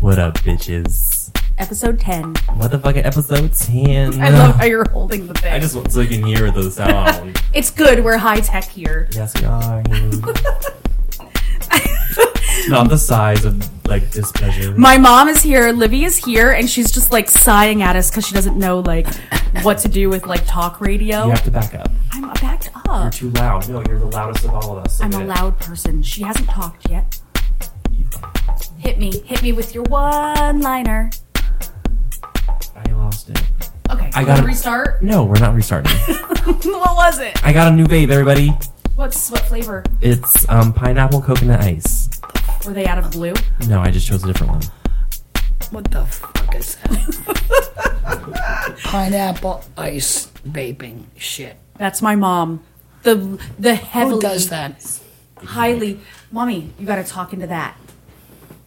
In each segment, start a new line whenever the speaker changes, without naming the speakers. What up, bitches?
Episode 10.
Motherfucking episode 10.
I love how you're holding the thing.
I just want so you can hear the sound.
it's good. We're high tech here.
yes, we are. Not the size of, like, displeasure.
My mom is here. Livy is here. And she's just like sighing at us because she doesn't know like what to do with like talk radio.
you have to back up.
I'm backed
You're
up.
too loud. No, you're the loudest of all of us.
I'm a
Admit it.
loud person. She hasn't talked yet. Hit me. Hit me with your one liner.
I lost it.
Okay.
I gotta-
restart.
No, we're not restarting.
what was it?
I got a new vape, everybody.
What's what flavor?
It's um, pineapple coconut ice.
Were they out of blue?
No, I just chose a different one.
What the fuck is that? Pineapple ice vaping shit.
That's my mom. The the heavily
Who does that?
highly mommy, you gotta talk into that.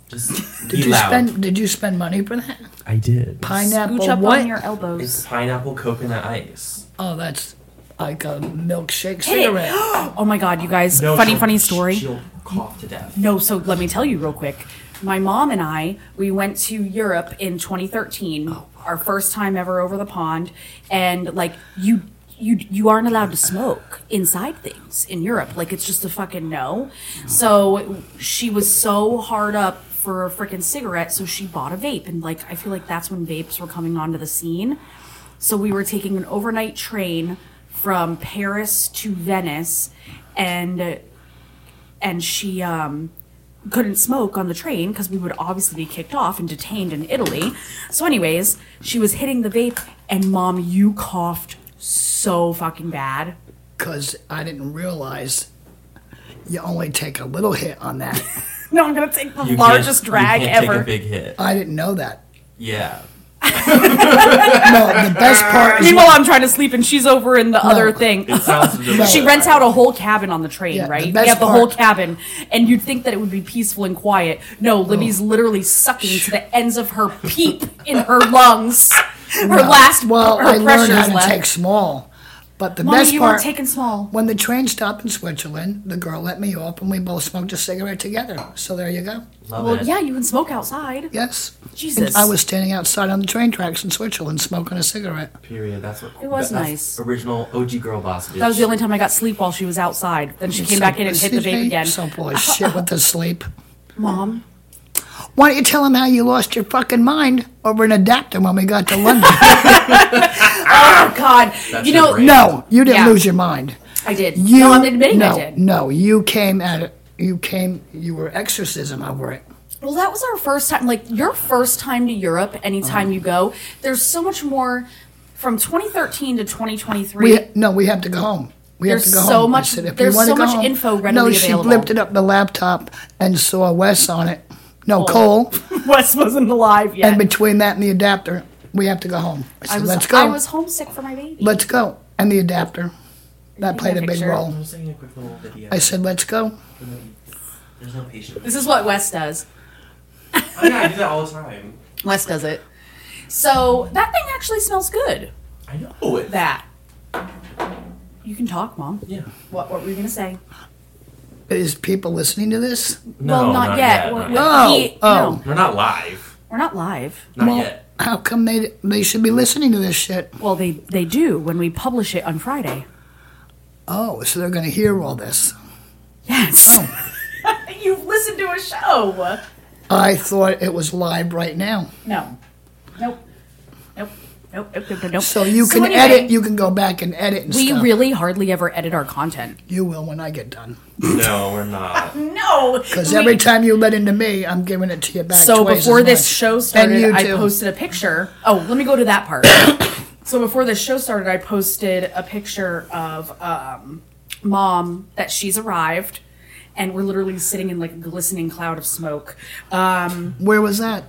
Just
Did
be
you
loud.
spend? Did you spend money for that?
I did.
Pineapple
Scooch up
what?
on your elbows.
It's pineapple coconut ice.
oh, that's like a milkshake
Hit it.
cigarette.
oh my god, you guys.
No,
funny,
she'll-
funny story.
She'll cough to death.
No, so let me tell you real quick. My mom and I, we went to Europe in 2013, our first time ever over the pond, and like you you you aren't allowed to smoke inside things in Europe. Like it's just a fucking no. So she was so hard up for a freaking cigarette, so she bought a vape and like I feel like that's when vapes were coming onto the scene. So we were taking an overnight train from Paris to Venice and and she um, couldn't smoke on the train because we would obviously be kicked off and detained in Italy. So, anyways, she was hitting the vape, and mom, you coughed so fucking bad.
Because I didn't realize you only take a little hit on that.
No, I'm gonna take the
You can't-
largest drag
you can't
ever.
Take a big hit.
I didn't know that.
Yeah.
No, the best part is
Meanwhile, I'm trying to sleep, and she's over in the other thing.
It sounds delicious.
She rents out a whole cabin on the train,
Yeah, the
right?
best
We have the whole
part-
cabin, and you'd think that it would be peaceful and quiet. No, Libby's literally sucking to the ends of her peep in her lungs. Her last,
well,
her
I learned how
pressure's
to
left.
take small. But the
Mommy,
best
you
part,
weren't taking small.
when the train stopped in Switzerland, the girl let me off, and we both smoked a cigarette together. So there you go.
Love
Well,
it.
yeah, you can smoke outside.
Yes.
Jesus.
I was standing outside on the train tracks in Switzerland smoking a cigarette.
Period. That's what.
It was
that's
nice.
Original OG girl boss. Bitch.
That was the only time I got sleep while she was outside. Then she came back in and hit the vape again.
So full of shit with the sleep.
Mom,
Why don't you tell him how you lost your fucking mind over an adapter when we got to London?
oh God, you
your
know,
brain.
no, you didn't
Yeah.
lose your mind.
I did.
You,
no, I'm admitting
no,
I did.
No, you came at it. You came. You were exorcism over it.
Well, that was our first time. Like your first time to Europe.
Uh-huh.
Anytime you go, there's so much more. From 2013 to 2023,
We no, we have to go home. We
There's
have to go
so
home. I
much-
said, if you
there's
wanna
so
go
much
home-
info
No,
readily
she
available.
lifted up the laptop and saw Wes on it. No, Cole.
Wes wasn't alive yet.
And between that and the adapter, we have to go home. I said,
I was,
let's go.
I was homesick for my baby.
let's go. And the adapter. That played a big
picture.
role.
I'm just taking a quick little video.
I said, let's go.
There's no patience.
this is what Wes does.
oh, yeah, I do that all the time.
Wes does it. So that thing actually smells good.
I know it.
That. You can talk, Mom.
Yeah.
What, what were you going to say?
Is people listening to this?
No,
well, not, yet.
not
We're-
yet.
Oh,
he-
oh.
No,
We're not live.
we're not live.
Not
well,
yet.
how come they they should be listening to this shit?
Well, they, they do when we publish it on Friday.
Oh, so they're going to hear all this.
Yes. You've listened to a show.
I thought it was live right now.
No. Nope. Nope. Nope. Nope. Nope. nope.
So you can
anyway,
edit. You can go back and edit and
we
stuff.
really hardly ever edit our content.
you will when I get done.
No, we're not.
No.
Because every time you let into me, I'm giving it to you back.
So
twice
before
as
this
much.
show
and
started,
you
I
too.
posted a picture. Oh, let me go to that part. so before this show started, I posted a picture of um, mom that she's arrived, and we're literally sitting in like a glistening cloud of smoke. Um,
Where was that?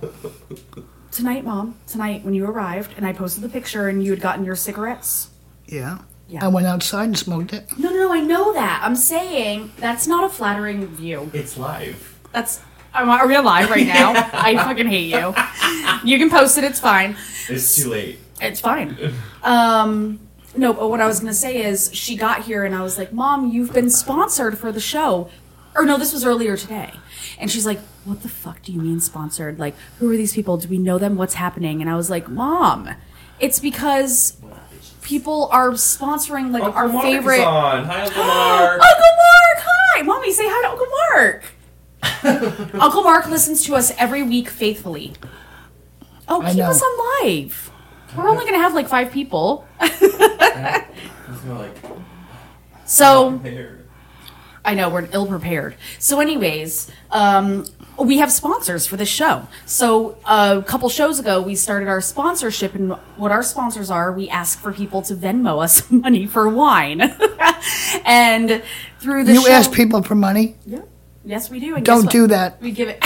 tonight, mom, tonight when you arrived, and I posted the picture, and you had gotten your cigarettes.
Yeah.
Yeah.
I went outside and smoked it.
No, no, no, I know that. I'm saying that's not a flattering view.
It's live.
That's. I'm, are we alive right now? I fucking hate you. You can post it. It's fine.
It's too late.
It's fine. Um, no, but what I was gonna say is she got here and I was like, "Mom, you've been sponsored for the show," or no, this was earlier today, and she's like, what the fuck do you mean sponsored? Like, who are these people? Do we know them? What's happening? And I was like, Mom, it's because people are sponsoring like our favorite. Uncle
on. Hi, Uncle Mark.
Mark, hi, mommy, say hi to Uncle Mark. Uncle Mark listens to us every week faithfully. Oh,
I
keep
know.
us on live. We're only gonna have like five people,
It's more like
so.
hair.
I know we're ill prepared. So, anyways, um, we have sponsors for this show. So, a couple shows ago, we started our sponsorship, and what our sponsors are, we ask for people to Venmo us money for wine, and through the
You
show,
ask people for money?
Yeah. Yes, we do. And guess
Don't
what?
do that.
We give it.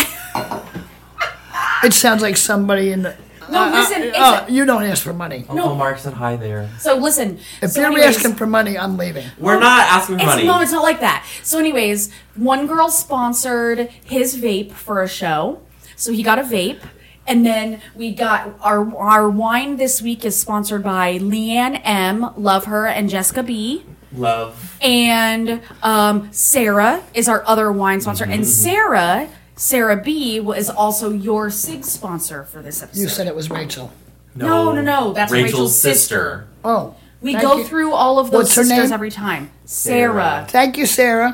It sounds like somebody in the.
no, Oh, listen. it's- Oh.
Uh, you don't ask for money.
Uncle Mark said hi there.
so listen.
If
so
you're
anyways-
asking for money, I'm leaving.
We're not asking for
It's
money.
no, it's not like that. So, anyways, one girl sponsored his vape for a show, so he got a vape, and then we got our our wine this week is sponsored by Leanne M, love her, and Jessica B,
Love.
and um, Sarah is our other wine sponsor,
Mm-hmm.
and Sarah. Sarah B was also your SIG sponsor for this episode.
You said it was Rachel.
No, no, no, that's Rachel's sister.
Oh.
we
thank
go
you.
through all of those
What's her
sisters
name?
every time.
Sarah.
Sarah.
Thank you, Sarah.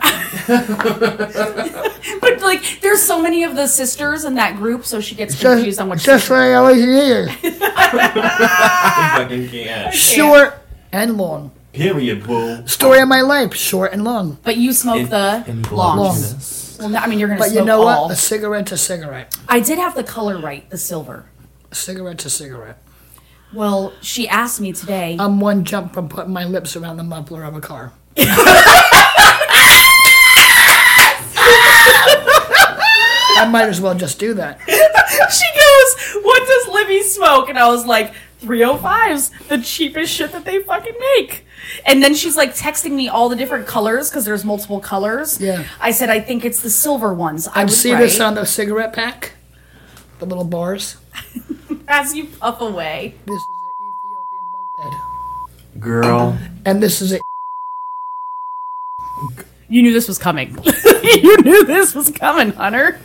But like, there's so many of the sisters in that group, so she gets confused
Just,
on what.
just
sister.
what I always needed.
Ah.
I fucking can't.
Short and long.
Period, boo.
Story of my life, short and long.
But you smoke the longs. Well, no, I mean, you're gonna
But
smoke
you know
all.
what? A cigarette's a cigarette.
I did have the color right, the silver.
A cigarette's a cigarette.
Well, she asked me today.
I'm one jump from putting my lips around the muffler of a car. I might as well just do that.
she goes, "What does Libby smoke?" And I was like, "305's the cheapest shit that they fucking make." And then she's like texting me all the different colors because there's multiple colors.
Yeah.
I said, "I think it's the silver ones." I
I
was
see
right.
this on the cigarette pack, the little bars.
as you puff away.
This is an Ethiopian bug
Girl.
bed, and this is a
You knew this was coming. you knew this was coming, Hunter.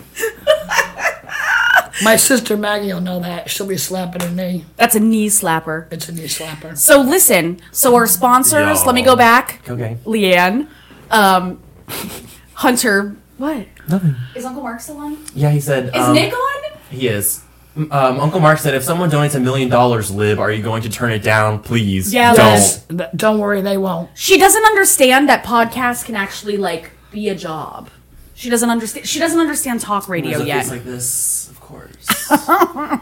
My sister Maggie will know that. She'll be slapping her knee.
That's a knee slapper.
It's a knee slapper.
So listen, so our sponsors,
Yo.
let me go back.
Okay.
Leanne, um, Hunter, what? Nothing. Is Uncle Mark still on? Is
Yeah, he said. um,
Nick on?
He is. Um, Uncle Mark said, if someone donates a million dollars, Lib, are you going to turn it down? Please.
Yeah,
Oh.
Don't.
let's-
Th- Don't worry, they won't.
She doesn't understand that podcasts can actually like be a job. She doesn't understand. She doesn't understand talk radio
There's a
yet.
face like this, of course.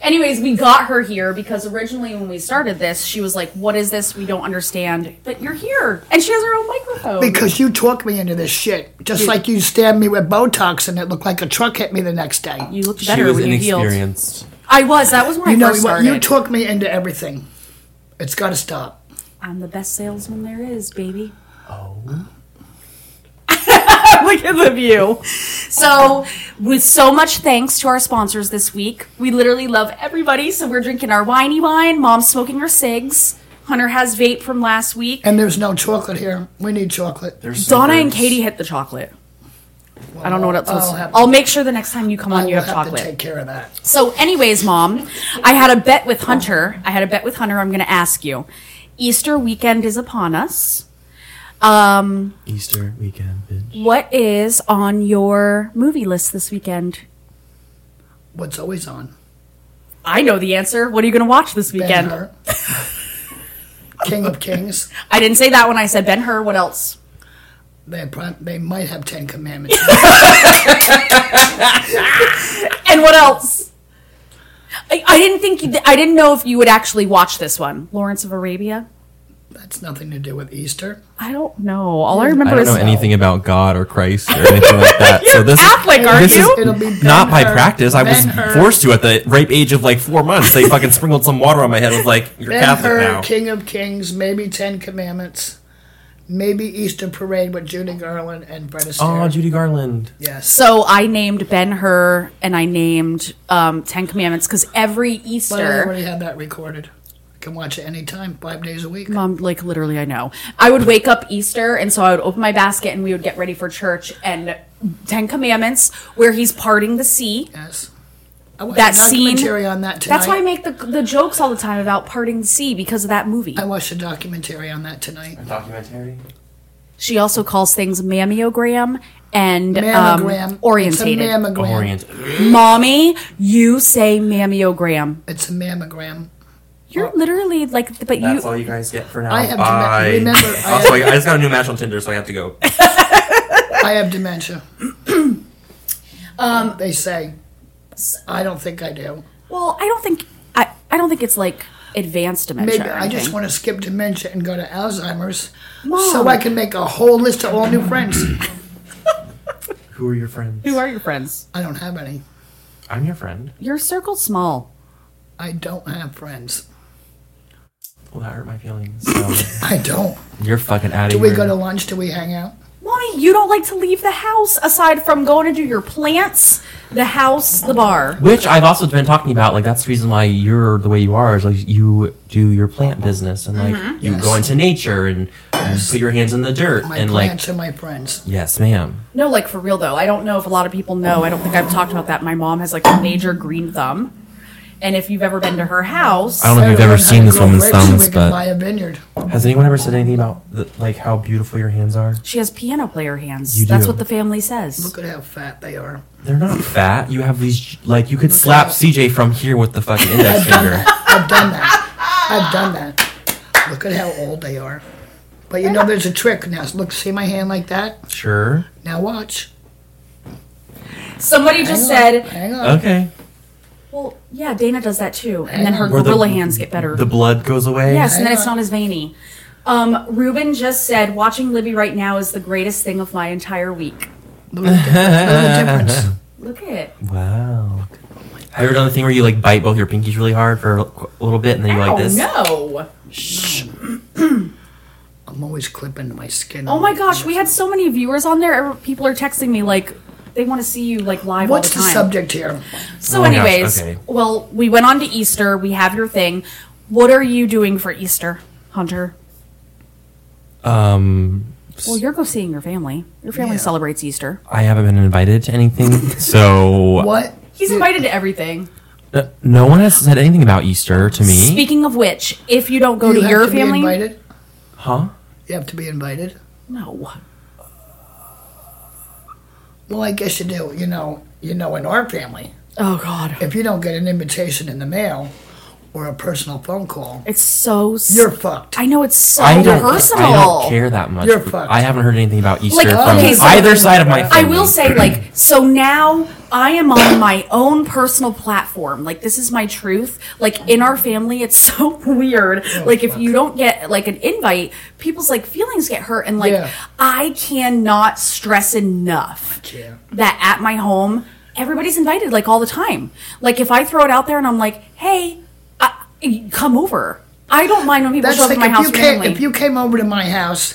Anyways, we got her here because originally when we started this, she was like, "What is this? We don't understand." But you're here, and she has her own microphone.
Because you talked me into this shit. Just like you stabbed me with Botox and it looked like a truck hit me the next day. You,
you looked
she
better
was
when you healed.
inexperienced.
I was. That was when I
know
first
what?
started.
You took me into everything. It's got to stop.
I'm the best salesman there is, baby.
Oh.
Look at the view. So, with so much thanks to our sponsors this week, we literally love everybody. So we're drinking our winey wine. Mom's smoking her cigs. Hunter has vape from last week.
And there's no chocolate here. We need chocolate.
There's
Donna and
sneakers.
Katie hit the chocolate. I don't know what else.
I'll
was- I'll,
have-
make sure the next time you come on, you
We'll
have
to take
chocolate.
care of that.
So, anyways, mom, I had a bet with Hunter. I had a bet with Hunter. I'm going to ask you. Easter weekend is upon us. Um,
Easter weekend, bitch.
What is on your movie list this weekend?
What's always on?
I know the answer. What are you going to watch this
Ben
weekend?
Hur. King of Kings.
I didn't say that when I said Ben Hur. What else?
They, pro- they might have Ten Commandments.
And what else? I, I didn't think you, I didn't know if you would actually watch this one, Lawrence of Arabia.
That's nothing to do with Easter.
I don't know. All I
I
remember
don't
is
know anything about God or Christ or anything like that. so this
Catholic,
is,
aren't
this
you?
Is
It'll be
not by
Ben-Hur.
practice. I was
Ben-Hur.
forced to at the ripe age of like four months. They fucking sprinkled some water on my head. I was like, "You're
Ben
Catholic
Hur,
now."
King of Kings, maybe Ten Commandments, maybe Easter Parade with Judy Garland and Fred Astaire.
Oh, Judy Garland.
yes.
So I named Ben Hur and I named um, Ten Commandments because every
But I
Easter.
already had that recorded. I can watch it anytime, five days a week.
Mom, um, like literally, I know. I would wake up Easter, and so I would open my basket, and we would get ready for church, and Ten Commandments, where he's parting the sea.
Yes. I watched
That
a
scene.
documentary on that tonight.
That's why I make the, the jokes all the time about parting the sea because of that movie.
I watched a documentary on that tonight.
Um,
Documentary.
She also calls things mammogram and
Mammogram.
um, orientated.
It's a mammogram.
Orient.
Mommy, you say mammogram.
It's a mammogram.
You're
Oh.
literally like, but you.
That's all you guys get for now.
I have to
Bye.
me- remember, I have-
also, I, I just got a new match on Tinder, so I have to go.
I have dementia. um, they say. I don't think I do.
Well, I don't think I, I don't think it's like advanced dementia.
Maybe
or
I just
anything.
want to skip dementia and go to Alzheimer's
Mom.
so I can make a whole list of all new friends.
Who are your friends?
Who are your friends?
I don't have any.
I'm your friend.
Your circle's small.
I don't have friends.
Well, that hurt my feelings. So
I don't.
you're fucking out of
Do
here.
we go to lunch? Do we hang out?
Mommy, you don't like to leave the house aside from going to do your plants, the house, the bar.
Which I've also been talking about. Like that's the reason why you're the way you are. Is like you do your plant business and like you go into nature and put your hands in the dirt
Mm-hmm. My
and like
plants are my friends.
yes, ma'am.
No, like for real though. I don't know if a lot of people know. I don't think I've talked about that. My mom has like a major green thumb. And if you've ever been to her house,
I don't know if you've ever
Everyone
seen
had
this
grown
woman's
grapes so
thumbs,
we could buy
but
a vineyard.
has anyone ever said anything about the, like how beautiful your hands are?
she has piano player hands.
You
That's
do.
what the family says.
Look at how fat they are.
They're not fat. You have these like you could slap CJ from here with the fucking index finger.
I've done that. I've done that. Look at how old they are. But you know, there's a trick now. Look, see my hand like that.
Sure.
Now watch.
Somebody just said,
Hang on.
Okay.
"Well, yeah, Dana does that too." And then her
Where the-
gorilla hands get better.
The blood goes away.
Yes, and then
Hang
it's
on.
not as veiny. Um, Ruben just said, "Watching Libby right now is the greatest thing of my entire week."
Look at the difference.
Look at it.
Wow. Have you ever done the thing where you like bite both your pinkies really hard for a qu- little bit and then you
oh
like this?
no!
I'm always clipping my skin.
Oh my gosh, we had so many viewers on there. Every- People are texting me like they want to see you like live
What's
all
the
the time.
subject here?
So,
Oh my gosh,
anyways,
okay.
well, we went on to Easter. We have your thing. What are you doing for Easter, Hunter?
Um,
Well, you're go seeing your family. Your family
Yeah. Uh,
celebrates Easter.
I haven't been invited to anything, so
What?
He's invited to everything.
Uh, no one has said anything about Easter to me.
Speaking of which, if you don't go
You
to
have
your
to
family,
Be invited.
huh?
You have to be invited.
no.
Well, I guess you do. You know, you know, in our family,
Oh God,
if you don't get an invitation in the mail or a personal phone call,
it's so. s-
you're fucked.
I know it's so
I don't.
personal.
I don't care that much.
You're fucked.
I haven't heard anything about Easter
Like,
from
okay, so-
either side of my.
I
Family.
will say, like, so now I am on my own personal platform. Like, this is my truth. Like, in our family, it's so weird.
Oh,
Like, if you don't get, like, an invite, people's, like, feelings get hurt. And, like,
Yeah.
I cannot stress enough
can't.
that at my home, everybody's invited, like, all the time. Like, if I throw it out there and I'm like, hey, I, come over. I don't mind when people
That's
show up
like
to my
if
house.
you came
randomly.
if you came over to my house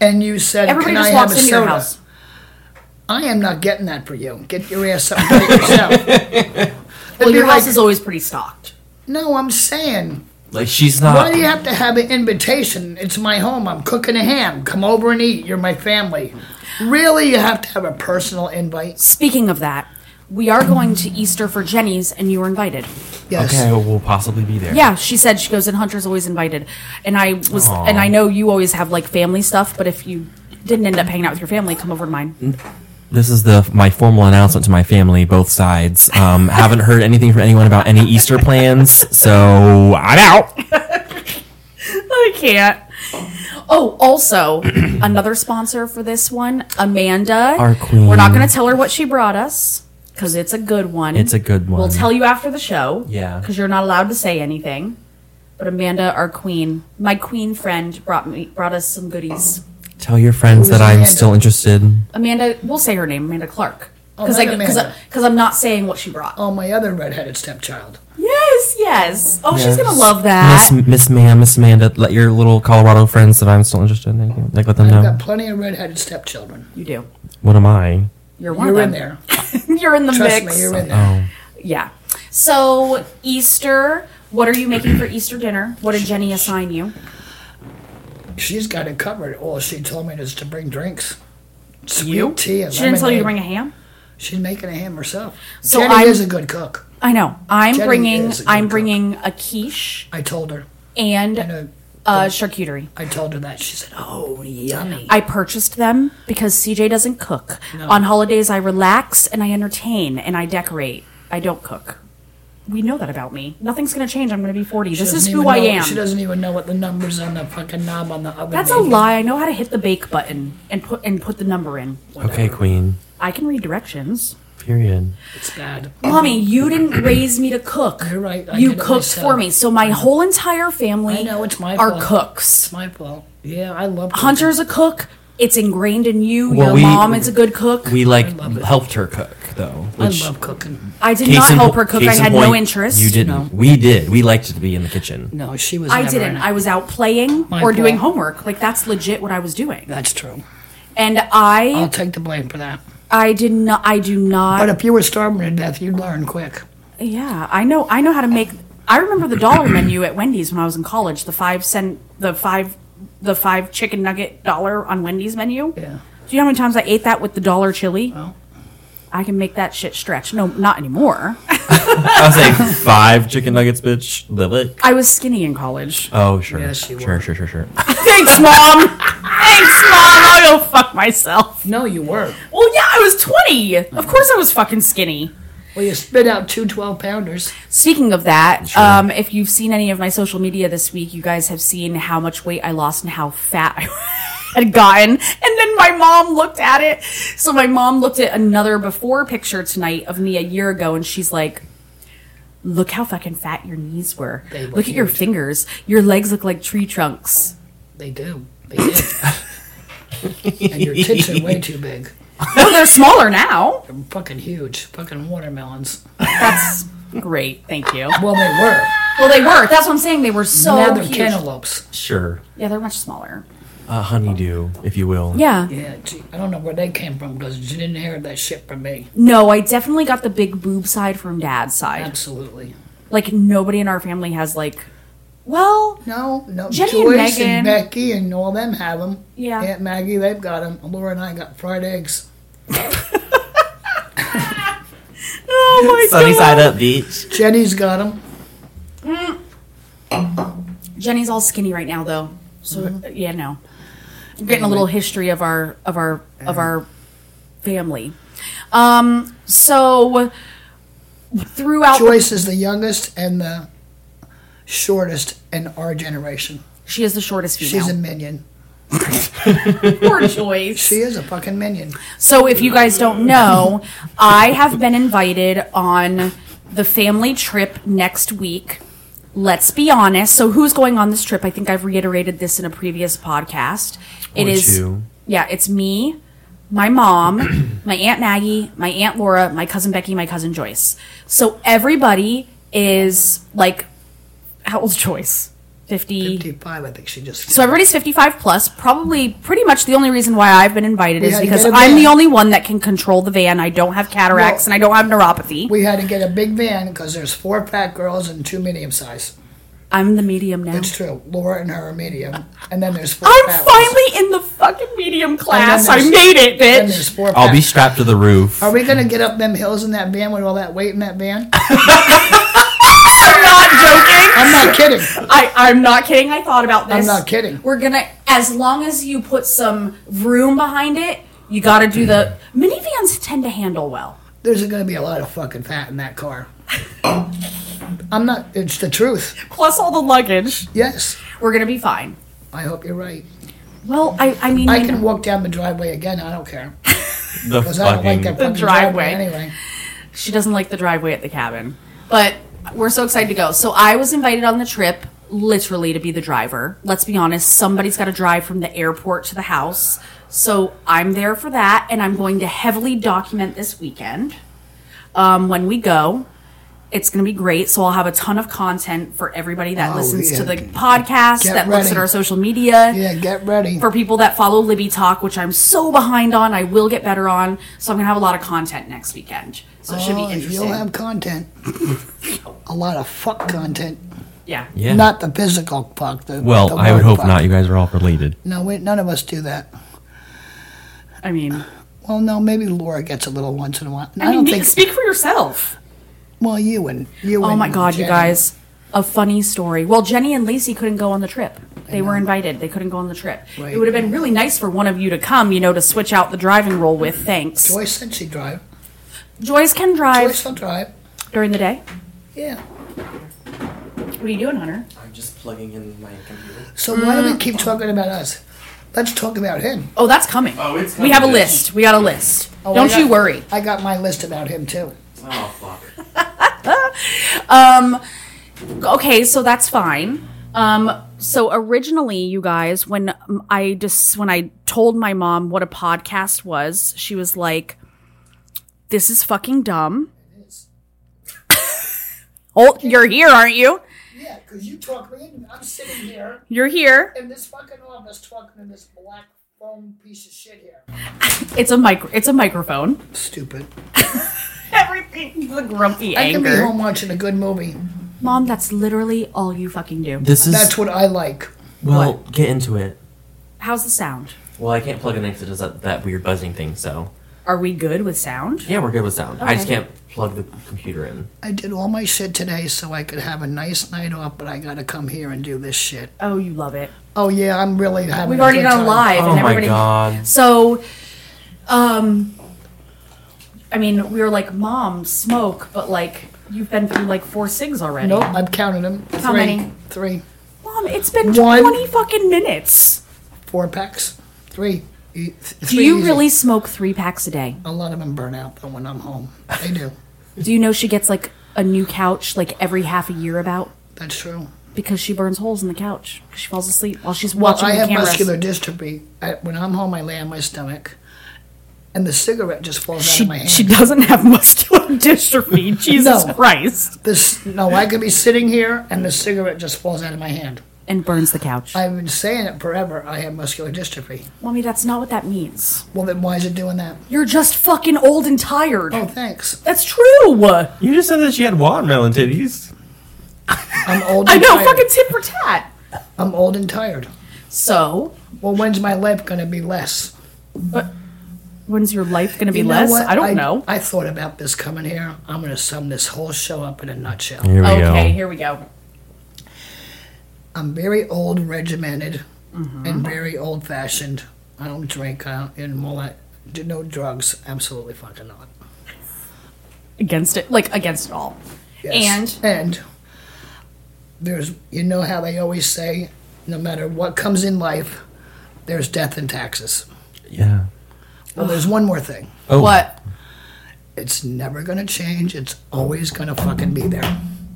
and you said,
Everybody
"Can
just
I have
walks
a
into your
soda?"
house.
I am not getting that for you. Get your ass up and get yourself.
Well, your house
like,
is always pretty stocked.
no, I'm saying,
like she's not.
why do you have to have an invitation? It's my home. I'm cooking a ham. Come over and eat. You're my family. Really, you have to have a personal invite.
Speaking of that, we are going to Easter for Jenny's, and you were invited.
Yes.
okay, I will possibly be there.
Yeah, she said she goes, and Hunter's always invited. And I was,
Aw.
and I know you always have like family stuff, but if you didn't end up hanging out with your family, come over to mine.
This is the my formal announcement to my family, both sides. Um, haven't heard anything from anyone about any Easter plans, so I'm out.
I can't. Oh, also another sponsor for this one, Amanda.
Our queen.
We're not going to tell her what she brought us because it's a good one.
It's a good one.
We'll tell you after the show.
Yeah.
Because you're not allowed to say anything. But Amanda, our queen, my queen friend, brought me brought us some goodies.
Tell your friends that I'm
Amanda?
still interested.
Amanda, we'll say her name, Amanda Clark. Because
not Amanda.
because I'm not saying what she brought.
Oh, my other redheaded stepchild.
Yes, yes. Oh, she's
Yes.
gonna love that.
Miss Miss Ma'am, Miss Amanda, let your little Colorado friends that I'm still interested in. Like let them
I've
know.
got plenty of redheaded stepchildren.
you do.
What am I?
You're one
You're
of
in
them.
there.
you're in the
Trust
mix.
me, you're in there.
Oh.
yeah. So Easter, what are you making for Easter dinner? What did Jenny assign you?
She's got it covered. All she told me is to bring drinks. Sweet tea and
She didn't tell you to
lemonade.
bring a ham.
She's making a ham herself.
So
Jenny
I'm-
is a good cook.
I know. I'm
Jenny
bringing.
is a good
I'm
cook.
bringing a quiche
I told her.
and
I know.
uh, charcuterie.
I told her that. She said, "Oh, yummy."
I purchased them because CJ doesn't cook. On holidays, I relax and I entertain and I decorate. I don't cook. We know that about me. Nothing's going to change. I'm going to be 40.
She
This is
doesn't
who
even
I
know-
am.
She doesn't even know what the numbers on the fucking knob on the oven.
That's a
baby.
lie. I know how to hit the bake button and put and put the number in.
Okay, Queen.
I can read directions.
Period.
It's bad.
Mommy, you didn't raise me to cook.
You're right. I
you
did it
cooked
myself.
for me. So my whole entire family
I know, it's my
are
fault.
cooks.
It's my fault. Yeah, I love cooking.
Hunter's a cook. It's ingrained in you.
Well,
Your
we-
mom is a good cook.
We like
love it.
helped her cook though.
I
Which
love cooking.
I did
case
not
in
help
po-
her cook. I
case in
had no
point,
interest.
You didn't.
No.
We did. We liked to be in the kitchen.
No, she was.
I
never
didn't.
in it.
I was out playing
My
or doing
fault.
homework. Like that's legit what I was doing.
That's true.
And
I'll
I
take the blame for that.
I did not I do not
Oh. But uh, if you were starving to death, you'd learn quick.
Yeah, I know. I know how to make. I remember the dollar menu at Wendy's when I was in college. The five cent, the five, the five chicken nugget dollar on Wendy's menu.
Yeah.
Do you know how many times I ate that with the dollar chili? I can make that shit stretch. No, not anymore.
I was like five chicken nuggets, bitch. Lilith.
I was skinny in college.
Oh sure,
Yes, you
sure,
were.
sure, sure, sure.
Thanks, mom. Thanks, mom. I'll go fuck myself.
No, you were.
Well, yeah, I was twenty. Of course, I was fucking skinny.
Well, you spit out two 12 pounders.
Speaking of that, um, if you've seen any of my social media this week, you guys have seen how much weight I lost and how fat I had gotten. And then my mom looked at it. So my mom looked at another before picture tonight of me a year ago, and she's like, "Look how fucking fat your knees were.
They were
look at your
huge.
fingers. Your legs look like tree trunks."
They do. They did. and your tits are way too big.
No, they're smaller now.
They're fucking huge. Fucking watermelons.
That's great. Thank you.
Well, they were.
Well, they were. That's what I'm saying. They were so
now they're
huge.
cantaloupes.
Sure,
Yeah, they're much smaller.
a honeydew, if you will.
Yeah.
Yeah, gee, I don't know where they came from because you didn't inherit that shit from me.
No, I definitely got the big boob side from dad's side.
Absolutely.
Like nobody in our family has like, well,
No, no.
Jenny and
Joyce
Megan.
and, Becky and all them have them.
Yeah.
Aunt Maggie, they've got them. Laura and I got fried eggs.
oh my
Sunny side up, bitch.
Jenny's got them.
Jenny's all skinny right now though, so
Mm-hmm.
uh, yeah, no. I'm getting a little history of our of our of our family. Um, so throughout,
Joyce is the youngest and the shortest in our generation.
she is the shortest female.
She's a minion.
poor Joyce.
She is a fucking minion.
So, if you guys don't know, I have been invited on the family trip next week. Let's be honest. So, who's going on this trip? I think I've reiterated this in a previous podcast. It
Or
is,
two.
yeah, it's me, my mom, my aunt Maggie, my aunt Laura, my cousin Becky, my cousin Joyce. So everybody is like, how old's Joyce? 50.
55, I think she just.
So everybody's 55 plus. Probably pretty much the only reason why I've been invited is
had to
because
get a
I'm
van.
the only one that can control the van. I don't have cataracts
Well-
and I don't have neuropathy.
we had to get a big van because there's four fat girls and two medium size.
I'm the medium now.
It's true. Laura and her are medium. And then there's 4
I'm
fat ones.
finally in the fucking medium class. I
there's-
made it,
And there's
bitch.
four
I'll
fat-
be strapped to the roof.
Are we going to get up them hills in that van with all that weight in that van?
I'm not joking.
I'm not kidding.
I, I'm not kidding. I thought about this.
I'm not kidding.
We're gonna, as long as you put some room behind it, you gotta do the minivans tend to handle well.
There's going to be a lot of fucking fat in that car. I'm not. It's the truth.
Plus all the luggage.
Yes.
We're gonna be fine.
I hope you're right.
Well, I, I mean,
I can walk down the driveway again. I don't care.
the
Because I don't like
fucking
that fucking
driveway.
driveway. anyway.
she doesn't like the driveway at the cabin. But we're so excited to go. So I was invited on the trip literally to be the driver. Let's be honest, somebody's got to drive from the airport to the house. So I'm there for that and I'm going to heavily document this weekend. Um, when we go, it's going to be great. So I'll have a ton of content for everybody that
Oh,
listens to
yeah.
the podcast,
Get
that looks at
ready.
our social media
Yeah, get ready.
for people that follow Libby Talk, which I'm so behind on. I will get better on. So I'm going to have a lot of content next weekend. So it should be
Oh,
interesting.
You'll have content. a lot of fuck content.
yeah.
Yeah.
Not the physical fuck. The,
well,
the
I would
word
hope
fuck.
not. You guys are all related.
No, we, none of us do that.
I mean,
Well, no, maybe Laura gets a little once in a while. I,
I mean,
don't think.
speak for yourself.
Well, you and you.
Oh
and
my God, you
Jen.
guys. A funny story. Well, Jenny and Lacey couldn't go on the trip. They were invited. They couldn't go on the trip.
Right.
It would have been really nice for one of you to come, you know, to switch out the driving role with. Thanks.
Joyce said she drive.
Joyce can drive
Joyce will drive.
during the day.
Yeah.
What are you doing, Hunter?
I'm just plugging in my computer.
So why do we keep talking about us? Let's talk about him.
Oh, that's coming.
Oh, it's
We have a
coming.
list. We got a list.
Oh,
Don't
I
you
got-
worry.
I got my list about him too.
Oh fuck.
okay so that's fine um so originally you guys when um, i just when i told my mom what a podcast was she was like this is fucking dumb oh you're here aren't you
Yeah, because you talk me into I'm sitting here
you're here
in this fucking office talking to this black phone piece of shit here.
it's a mic it's a microphone
Stupid.
everything the grumpy
I can be
anger
home watching a good movie.
mom that's literally all you fucking do
This is
That's what I like.
well. Get into it.
how's the sound
Well, I can't plug it in because it does that, that weird buzzing thing. So
are we good with sound
yeah, we're good with sound. I just
Okay.
can't plug the computer in.
I did all my shit today so I could have a nice night off, but I gotta come here and do this shit.
oh you love it
Oh yeah, I'm really having.
We've
a
already
good
done
time.
live,
Oh
and
my
everybody.
God.
So, um, I mean, we were like, "Mom, smoke," but like, you've been through like four cigs already.
Nope, I've counted them.
How
three,
many?
Three,
Mom, it's been
One.
twenty fucking minutes.
four packs. Three. E- th-
Do
three
you
easy.
really smoke three packs a day?
A lot of them burn out though when I'm home. They do.
Do you know she gets like a new couch like every half a year about
That's true.
because she burns holes in the couch because she falls asleep while she's
Well,
watching
I
the
have
cameras.
muscular dystrophy. I, when I'm home, I lay on my stomach, and the cigarette just falls out
she,
of my hand.
she doesn't have muscular dystrophy. Jesus
No.
Christ!
This no, I could be sitting here and the cigarette just falls out of my hand.
And burns the couch.
I've been saying it forever. I have muscular dystrophy.
Mommy, that's not what that means.
Well, then why is it doing that?
You're just fucking old and tired.
Oh, thanks.
That's true.
You just said that she had watermelon titties.
I'm old.
I
And
know,
tired.
fucking tit for tat.
I'm old and tired.
So,
Well, when's my life gonna be less?
when's your life gonna be
You know
less?
what?
I don't know.
I thought about this coming here. I'm gonna sum this whole show up in a nutshell.
Here we
okay,
go.
here we go.
I'm very old, regimented, and very old fashioned. I don't drink. I don't, and all that. Do no drugs. Absolutely fucking not.
Against it, like against it all.
Yes. and there's you know how they always say, no matter what comes in life, there's death and taxes.
Yeah.
Well, there's one more thing.
Oh.
What?
It's never gonna change. It's always gonna fucking be there.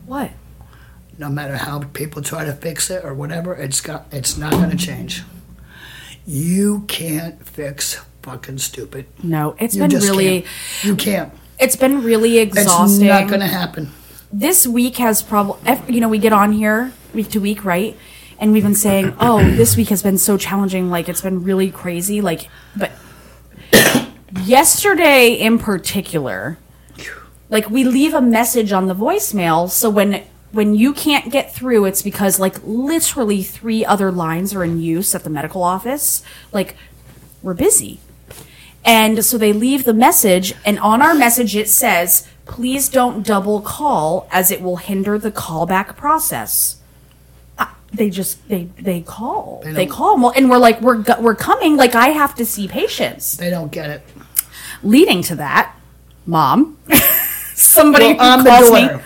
What?
no matter how people try to fix it or whatever, it's got it's not going to change. You can't fix fucking stupid.
No, it's
You
been
just
really,
can't. You can't.
it's been really
It's
exhausting.
not going to happen.
this week has probably, you know, we get on here week to week, right? And we've been saying, oh, this week has been so challenging. Like, it's been really crazy. Like, but yesterday in particular, like, we leave a message on the voicemail. So when, when you can't get through, it's because like literally three other lines are in use at the medical office. Like, we're busy. And so they leave the message, and on our message it says, please don't double call as it will hinder the callback process. Ah, They just they they call they,
don't-
call mo- and we're like we're go- we're coming like I have to see patients
They don't get it.
leading to that mom somebody
Well, I'm
who
the
calls
daughter.
me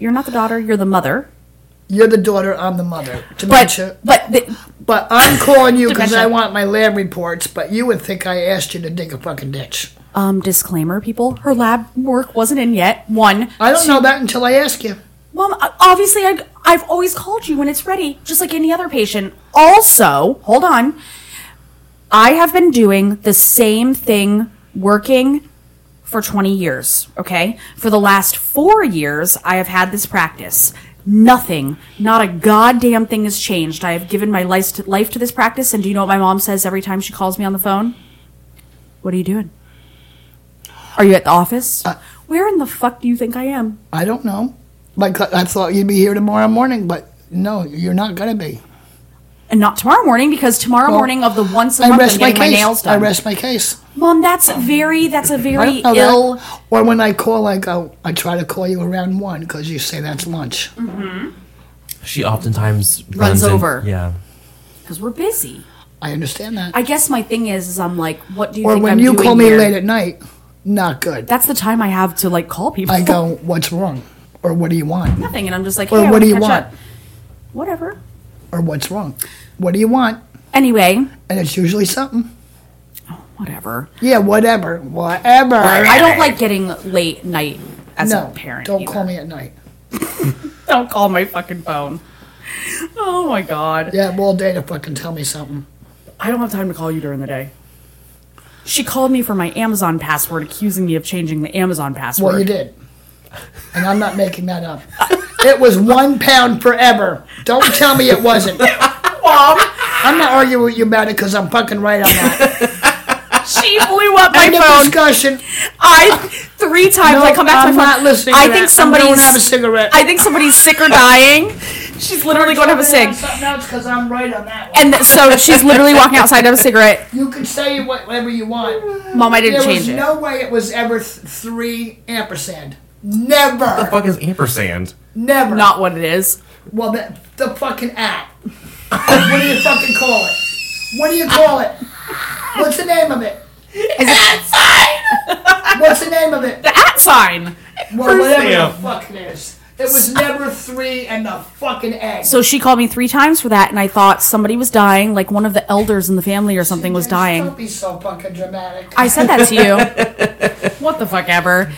you're not the daughter you're the mother
You're the daughter. I'm the mother.
but
Dementia.
but the,
But I'm calling you because
Dementia.
I want my lab reports. But you would think I asked you to dig a fucking ditch.
um disclaimer people her lab work wasn't in yet one
I don't know that until I ask you.
Mom, I- obviously, I, I've always called you when it's ready, just like any other patient. Also, hold on. I have been doing the same thing working for 20 years, okay? For the last four years, I have had this practice. Nothing, not a goddamn thing has changed. I have given my life to, life to this practice, and do you know what my mom says every time she calls me on the phone? What are you doing? Are you at the office? Where in the fuck do you think I am?
I don't know. Like I thought you'd be here tomorrow morning, but no, you're not going to be.
and not tomorrow morning because tomorrow morning of the once a
I
month
rest
I'm
my
getting my
case.
nails
I
done.
rest my case.
Mom, that's very that's a
I
very
don't know that.
ill.
Or when I call, I go. I try to call you around one because you say that's lunch.
Mm.
She oftentimes
Runs
in-
over.
yeah.
because we're busy.
I understand that.
I guess my thing is, is I'm like, what do you
or
think
when
I'm
you
doing
call me
here?
late at night, not good.
That's the time I have to like call people.
I go, what's wrong? Or what do you want?
nothing, and I'm just like,
Or
hey, I
what
wanna
do you
catch
want?
up. Whatever.
Or what's wrong? What do you want?
Anyway,
And it's usually something.
whatever.
Yeah, whatever, whatever.
I don't like getting late night as
no,
a parent.
don't
either.
call me at night.
Don't call my fucking phone. Oh my god.
Yeah, all day to fucking tell me something.
I don't have time to call you during the day. She called me for my Amazon password, accusing me of changing the Amazon password.
Well, you did. And I'm not making that up. It was one pound forever. Don't tell me it wasn't.
Mom,
I'm not arguing with you about it because I'm fucking right on that.
she blew up my
End of
phone.
discussion.
I three times
No,
I come back
I'm
to my
not
phone.
listening to
I
that.
think
I'm going
somebody's
to have a cigarette.
I think somebody's sick or dying. She's literally going to have a cig.
Something else because I'm right on that one.
And th- so she's literally walking outside to have a cigarette.
You can say whatever you want.
Mom, I didn't
There
change
was
it.
no way it was ever th- three ampersand. Never.
Fuck is ampersand?
Never.
Not what it is.
Well, the, the fucking at. what do you fucking call it? What do you call it? What's the name of it? What's the name of it?
The at sign.
Well, whatever
Sam.
the fuck it is. It was never three and the fucking egg.
So she called me three times for that, and I thought somebody was dying, like one of the elders in the family or something was dying.
Don't be so fucking dramatic.
I said that to you. what the fuck ever.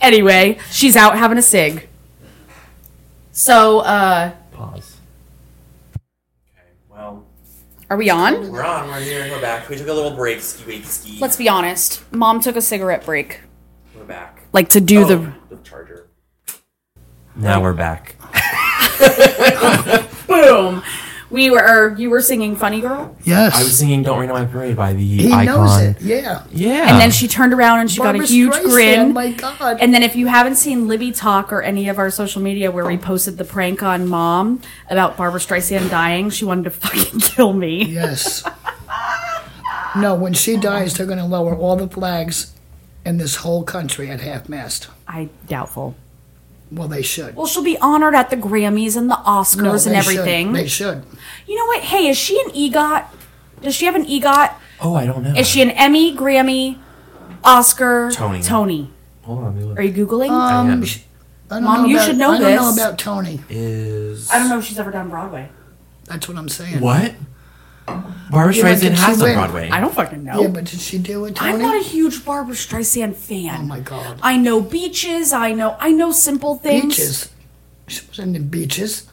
Anyway, she's out having a cig. So, uh,
Pause. Okay. Well,
are we on?
we're on. We're here. We're back. We took a little break. Ski, wake, ski.
Let's be honest. Mom took a cigarette break,
We're back.
like to do the.
the charger. Now we're back.
Boom. We were, or you were singing Funny Girl,
yes.
I was singing "Don't Rain on My Parade" by the
he
icon.
knows it. Yeah.
Yeah.
and then she turned around and she got
Barbra
a huge
Streisand,
grin.
My God.
And then if you haven't seen Libby Talk or any of our social media where we posted the prank on mom about Barbara Streisand dying, she wanted to fucking kill me.
yes. No, when she dies, they're going to lower all the flags in this whole country at half mast.
I doubtful.
Well, they should.
Well, she'll be honored at the Grammys and the Oscars
No,
and
they should.
everything.
They should.
You know what? Hey, is she an EGOT? Does she have an EGOT?
oh, I don't know.
Is she an Emmy, Grammy, Oscar,
Tony.
Tony?
Hold on. let me look.
Are you googling?
Uh,
Um,
I don't
Mom,
know
you
about,
should know
I don't know
this.
about Tony.
is
I don't know if she's ever done Broadway.
That's what I'm saying.
what? Barbara
Yeah, but
Streisand
did she
has on
win?
Broadway.
I don't fucking know.
Yeah, but did she do it, Tony?
I'm not a huge Barbara Streisand fan.
Oh, my God.
I know beaches. I know. I know simple things.
beaches. She was in the beaches.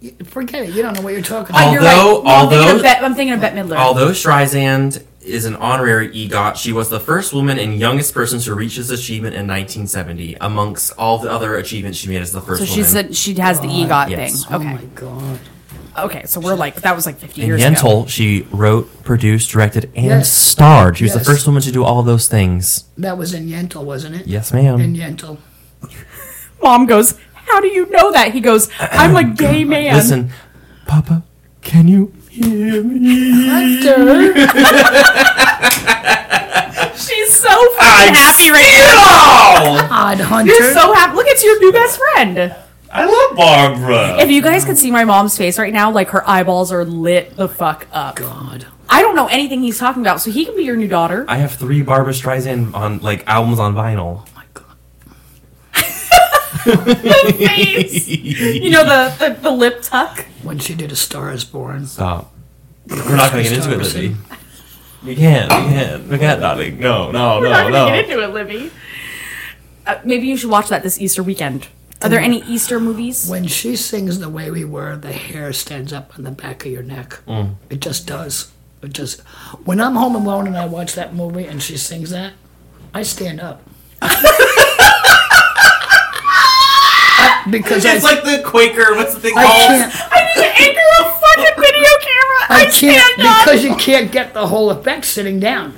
You- Forget it. You don't know what you're talking
Oh,
about.
you're
Although-
No, I'm thinking of
although-
Bet- I'm thinking of Bette Midler.
Although Streisand is an honorary EGOT, she was the first woman and youngest person to reach this achievement in 1970, amongst all the other achievements she made as the first
so
woman.
she said she has the EGOT
Uh,
thing.
yes.
Oh
Okay.
my god.
Okay. So we're like that was like 50
in
years ago.
Yentl, she wrote, produced, directed, and
Yes.
starred. She was
Yes.
the first woman to do all those things.
That was in Yentl, wasn't it?
Yes, ma'am.
In Yentl.
Mom goes, "How do you know that?" He goes, "I'm a gay man."
Listen, Papa, can you hear me?
Hunter.
She's so fucking happy right now.
Oh!
Odd Hunter.
You're so happy. Look, it's your new best friend.
I love Barbara.
If you guys could see my mom's face right now, like her eyeballs are lit the fuck up.
god.
I don't know anything he's talking about, so he can be your new daughter.
I have three Barbara Streisand on like albums on vinyl.
Oh my god.
face. you know the, the the lip tuck.
When she did A Star is Born.
Stop. We're not gonna get into it, Libby. We can't. We can't. We can't. Darling. No. No.
We're
no.
not
Oh, No.
gonna get into it, Libby. Uh, maybe you should watch that this Easter weekend. Are there any Easter movies?
When she sings The Way We Were, the hair stands up on the back of your neck.
Mm.
It just does. It just. When I'm home alone and I watch that movie and she sings that, I stand up. I- because I,
It's like the Quaker. What's the thing
I
called?
can't.
I need to anchor a fucking video camera.
I can't because you can't get the whole effect sitting down.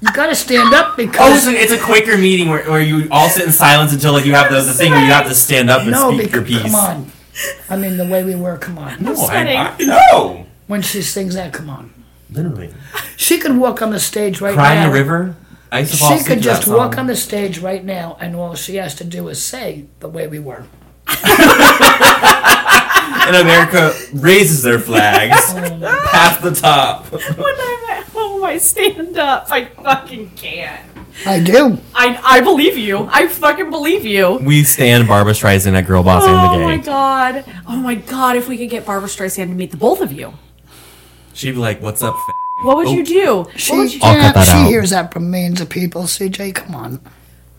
You gotta stand up
Oh, it's
because
a, it's a Quaker meeting where, where you all sit in silence until like you have the, the thing where you have to stand up and
no,
speak your
because
piece.
come on, I mean, the way we were, come on.
No,
sweating.
I, I no.
When she sings that, come on.
Literally.
She could walk on the stage right
Crying
now.
a river. I used to fall
She
asleep
could
to that
just walk
song.
on the stage right now, and all she has to do is say the way we were.
and America raises their flags
Oh.
past the top.
When I'm at home, Oh, I stand up. I fucking can't.
I do.
I, I believe you. I fucking believe you.
We stand Barbara Streisand at Girl Boss
Oh
and the
my
Gang.
god. Oh my god. If we could get Barbara Streisand to meet the both of you,
She'd be like, "What's up?" F-?
what would
Oh.
you do?
She,
What would you
I'll cut that
she
out.
hears that from millions of people. CJ, come on.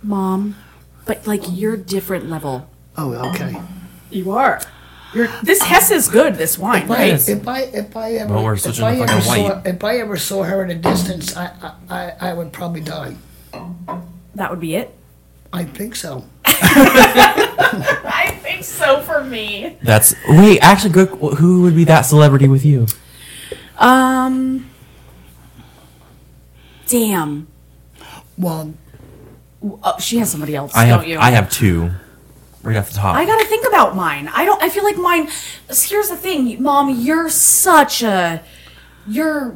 Mom, but like you're different level.
Oh, okay.
You are. You're this Hess is good. This wine,
Right.
Yes.
If I if I ever
Well, we're
if
switching
I
to
ever
fucking
saw
white.
if I ever saw her at a distance, I I- I, I would probably die.
That would be it.
I think so.
I think so for me.
That's wait. Actually, good. Who would be that celebrity with you?
Um. Damn.
Well,
Oh, she has somebody else,
I
don't
have.
you?
I have two. Right off the top.
I gotta think about mine. I don't. I feel like mine. Here's the thing, Mom. You're such a. You're.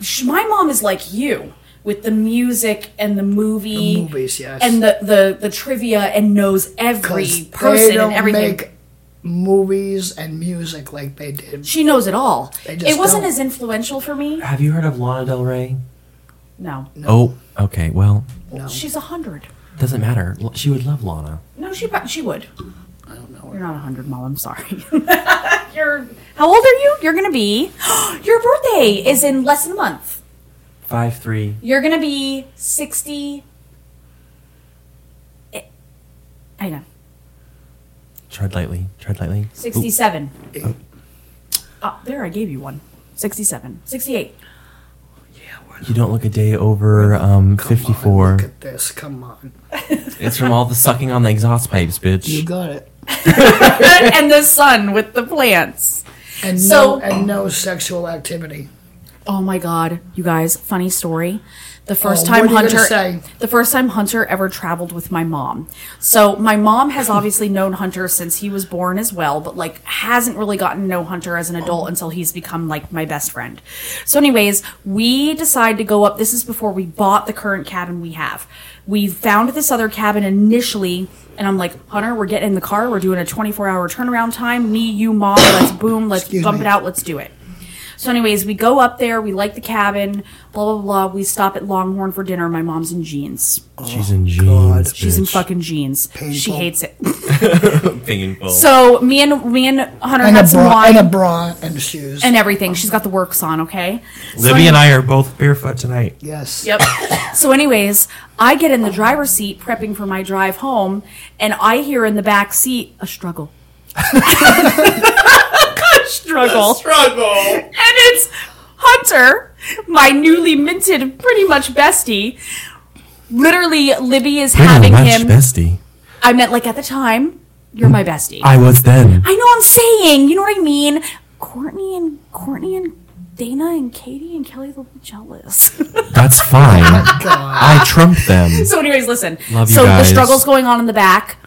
sh- My mom is like you with the music and the movie,
The movies, yes.
and the the the trivia, and knows every
'cause
person
they don't
and everything.
make movies and music like they did.
she knows it all.
They just
It wasn't
don't.
as influential for me.
have you heard of Lana Del Rey?
No,
Oh, okay. Well,
No,
she's a hundred.
doesn't matter. L- She would love Lana.
No, she prob- she would.
I don't know.
You're
her.
not a hundred, Mom. I'm sorry. you're. How old are you? You're gonna be. Your birthday is in less than a month.
Five three.
You're gonna be sixty. eh, I know,
Tread lightly. Tread lightly. Ooh,
sixty-seven. Ah, there, I gave you one. 67, 68.
You don't look a day over um, fifty
Come on,
four.
Look at this. Come on.
It's from all the sucking on the exhaust pipes,
You
bitch.
got it.
and the sun with the plants.
And
So-
no and no sexual activity.
Oh my god, you guys! Funny story. The first
Oh,
time
what are
Hunter,
you gonna say?
the first time Hunter ever traveled with my mom. So my mom has obviously known Hunter since he was born as well, but like hasn't really gotten to know Hunter as an
Oh.
adult until he's become like my best friend. So, anyways, we decide to go up. This is before we bought the current cabin we have. We found this other cabin initially. And I'm like, Hunter, we're getting in the car. We're doing a 24 hour turnaround time. Me, you, mom, let's boom, let's
Excuse
bump
me.
it out, let's do it. So, anyways, we go up there. We like the cabin. Blah blah blah. We stop at Longhorn for dinner. My mom's in jeans.
She's in jeans.
God.
She's in
bitch.
fucking jeans. She
Painful.
hates it.
Painful.
So me and me and Hunter
And a
had some
bra
wine
and a
and,
bra and shoes.
everything. She's got the works on. Okay.
Libby and I are both barefoot tonight.
yes.
Yep. so, anyways, I get in the driver's seat prepping for my drive home, and I hear in the back seat a struggle. A struggle.
Struggle.
and it's Hunter, my newly minted pretty much bestie. Literally, Libby is having him.
bestie.
I meant like at the time, you're my bestie. I,
I was then.
know I'm saying, you know what I mean. Courtney and Courtney and Dana and Katie and Kelly will be jealous.
That's fine.
Oh,
I trumped them.
so, anyways, listen.
Love you
so the
guys.
struggle's going on in the back.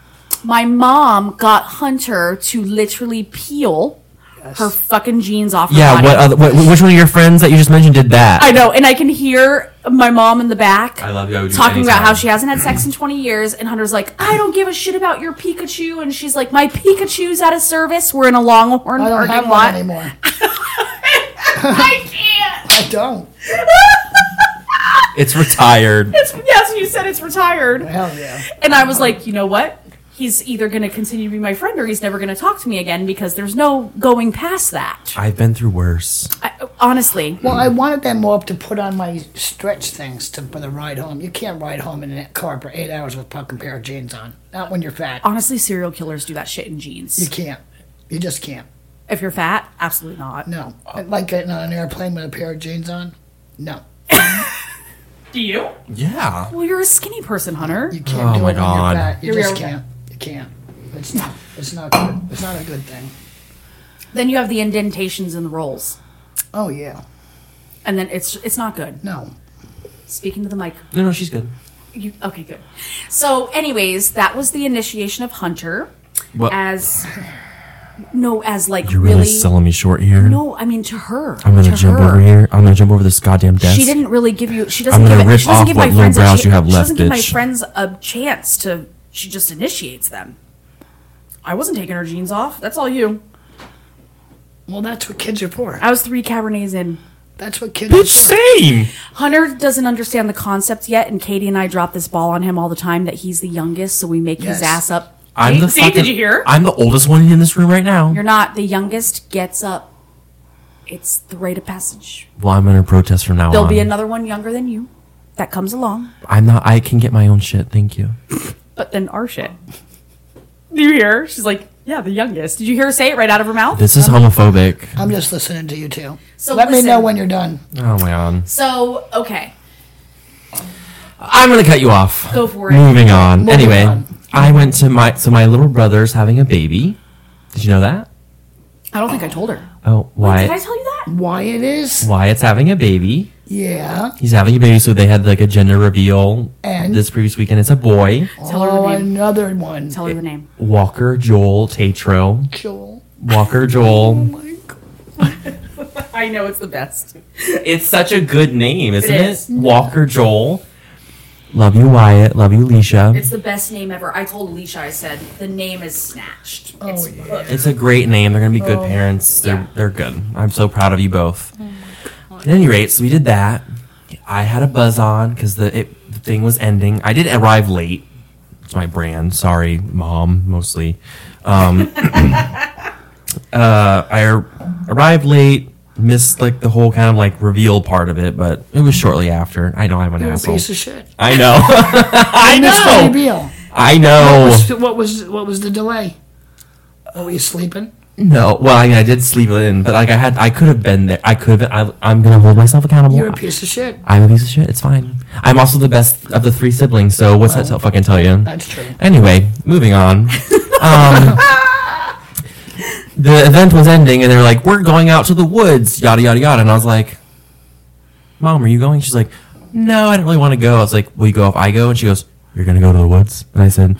My mom got Hunter to literally peel her fucking jeans off. Her
Yeah.
body.
What? Other, what which one of your friends that you just mentioned did that?
I know, and I can hear my mom in the back.
I love you. I would do
talking about
anytime.
how she hasn't had sex in 20 years, and Hunter's like, "I don't give a shit about your Pikachu," and she's like, "My Pikachu's out of service. We're in a Longhorn
I don't have
parking
one
lot."
anymore.
I can't.
I don't.
it's retired.
It's, yes, you said it's retired,
Hell yeah.
and I was like, you know what? He's either going to continue to be my friend or he's never going to talk to me again because there's no going past that.
I've been through worse.
I, honestly,
Well, I wanted them all to put on my stretch things to, for the ride home. You can't ride home in a car for eight hours with a fucking pair of jeans on. Not when you're fat.
honestly, serial killers do that shit in
You
jeans.
can't. You just can't.
If you're fat, absolutely not.
No. Like getting on an airplane with a pair of jeans on? No.
Do you?
Yeah.
Well, you're a skinny person, Hunter.
You can't
Oh
do
my
it when
God.
you're fat. You
Here we
just
are.
can't. You can't. It's not, it's not good. It's not a good thing.
Then you have the indentations in the rolls,
Oh, yeah.
and then it's it's not good.
No.
Speaking to the mic.
No, no, she's good.
You, okay, good. So, anyways, that was the initiation of Hunter
What?
as no, as like
You're really,
really,
selling me short here.
no. I mean to her.
I'm gonna
to
jump
her.
over here. I'm gonna jump over this goddamn desk.
She didn't really give you. She doesn't
I'm
give.
gonna
it-
rip
she doesn't
off
give
what
my
little
friends. a
brows
ch-
you have
she
left,
doesn't give my
bitch.
friends a chance to. She just initiates them. I wasn't taking her jeans off. That's all you.
Well, that's what kids are for.
I was three cabernets in.
That's what kids.
Bitch, same.
Hunter doesn't understand the concept yet, and Katie and I drop this ball on him all the time that he's the youngest, so we make
Yes.
his ass up.
I'm the
See,
fucking,
did you hear?
I'm the oldest one in this room right now.
You're not. The youngest gets up. It's the rite of passage.
well, I'm gonna protest from now
There'll
on.
be another one younger than you that comes along,
I'm not. I can get my own shit. Thank you.
but then our shit. Do you hear? She's like, yeah, the youngest. Did you hear her say it right out of her mouth?
This is homophobic.
I'm just listening to you two.
So
Let me know
listen.
when you're done.
Oh my god.
So, okay.
I'm gonna cut you off.
Go for it.
Moving on.
Moving
anyway,
on.
I went to my so my little brother's having a baby. Did you know that?
I don't think I told her.
Oh,
Did I
why?
tell you that?
Why it is?
Wyatt's having a baby.
Yeah.
He's having a baby, so they had like a gender reveal
And?
this previous weekend. It's a boy.
Tell her
oh,
the name.
another one.
Tell her the name.
Walker Joel Tatro.
Joel.
Walker Joel.
My God.
I know it's the best.
it's such a good name, isn't it?
is.
Walker Joel. Love you, Wyatt. Love you, Leisha.
It's the best name ever. I told Alicia, I said, the name is snatched. Oh, it's
yeah.
hooked.
It's a great name. They're gonna be good parents. They're
Yeah.
they're good. I'm so proud of you both. At any rate, so we did that. I had a buzz on because the it, the thing was ending. I did arrive late. It's my brand. Sorry, mom. Mostly. Um, uh, I ar- arrived late. Missed like the whole kind of like reveal part of it, but it was shortly after. I know I'm an
You're a
asshole.
piece of shit.
I know. I
Miss Betty
know. Oh.
Beal.
I know.
What's- What was what was the delay? Oh, were you sleeping?
No, well, I mean, I did sleep it in, but like I had, I could have been there. I could have. Been, I, I'm gonna hold myself accountable.
You're a piece of shit.
I'm a piece of shit. It's fine. I'm also the best of the three siblings, so what's that to fucking tell you?
That's true.
Anyway, moving on. um, the event was ending, and they were like, "We're going out to the woods," yada yada yada, and I was like, "Mom, are you going?" She's like, "No, I don't really want to go." I was like, "Will you go if I go?" And she goes, "You're gonna go to the woods?" And I said,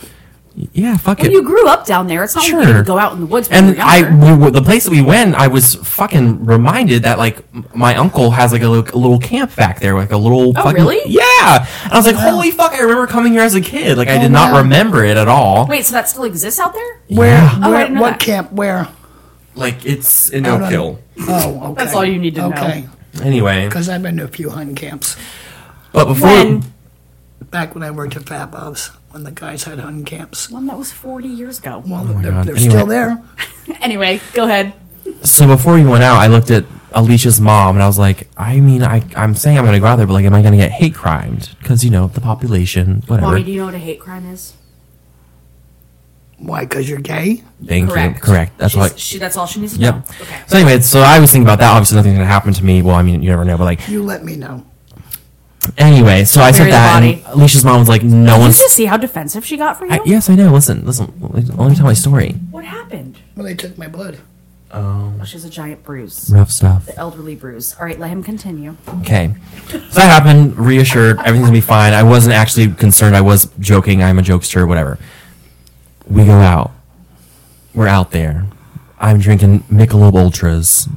"Yeah, fuck it."
Well, you grew up down there. It's not like you
Sure.
could go out in the woods. when you
And
were
I,
younger.
we, were- the place that we went, I was fucking reminded that like m- my uncle has like a, little- a little camp back there, like a little.
Oh,
fucking,
really?
Yeah. And I was like, holy fuck! I remember coming here as a kid. Like I
Oh,
did
wow.
not remember it at all.
Wait, so that still exists out there?
Where?
Yeah.
Oh, I
where
didn't know
what
that.
camp? Where?
Like it's in
Out
Oak
on-
Hill.
Oh, okay.
That's all you need to know.
Okay,
Anyway,
because I've been to a few hunting camps.
but before
When?
Back when I worked at Fat Bob's, when the guys had hunting camps.
One Um, that was 40 years ago.
Well, they're,
God.
they're
Anyway.
still there.
Anyway, go ahead.
so before you went out, I looked at Alicia's mom and I was like, I mean, I I'm saying I'm gonna go out there, but like, am I gonna get hate crimed? Because you know the population, whatever.
Mommy, do you know what a hate crime is?
Why? Because you're gay?
Thank you. Correct. That's
She's-
what.
she, that's all she needs to know.
Yep.
Okay.
So anyway, so I was thinking about that. Obviously, nothing's gonna happen to me. Well, I mean, you never know. But like,
You let me know.
anyway, so I said
Bury the
that, and
body.
Alicia's mom was like, "No
Did you
one's."
just see how defensive she got for you?
I, yes, I know. Listen, listen. Let me tell my story.
What happened?
Well, they took my blood.
Oh, she has a giant bruise.
Rough stuff.
Elderly bruise. All right, let him continue.
Okay. So that happened, reassured, everything's gonna be fine. I wasn't actually concerned, I was joking, I'm a jokester, whatever. We go out. We're out there. I'm drinking Michelob Ultras.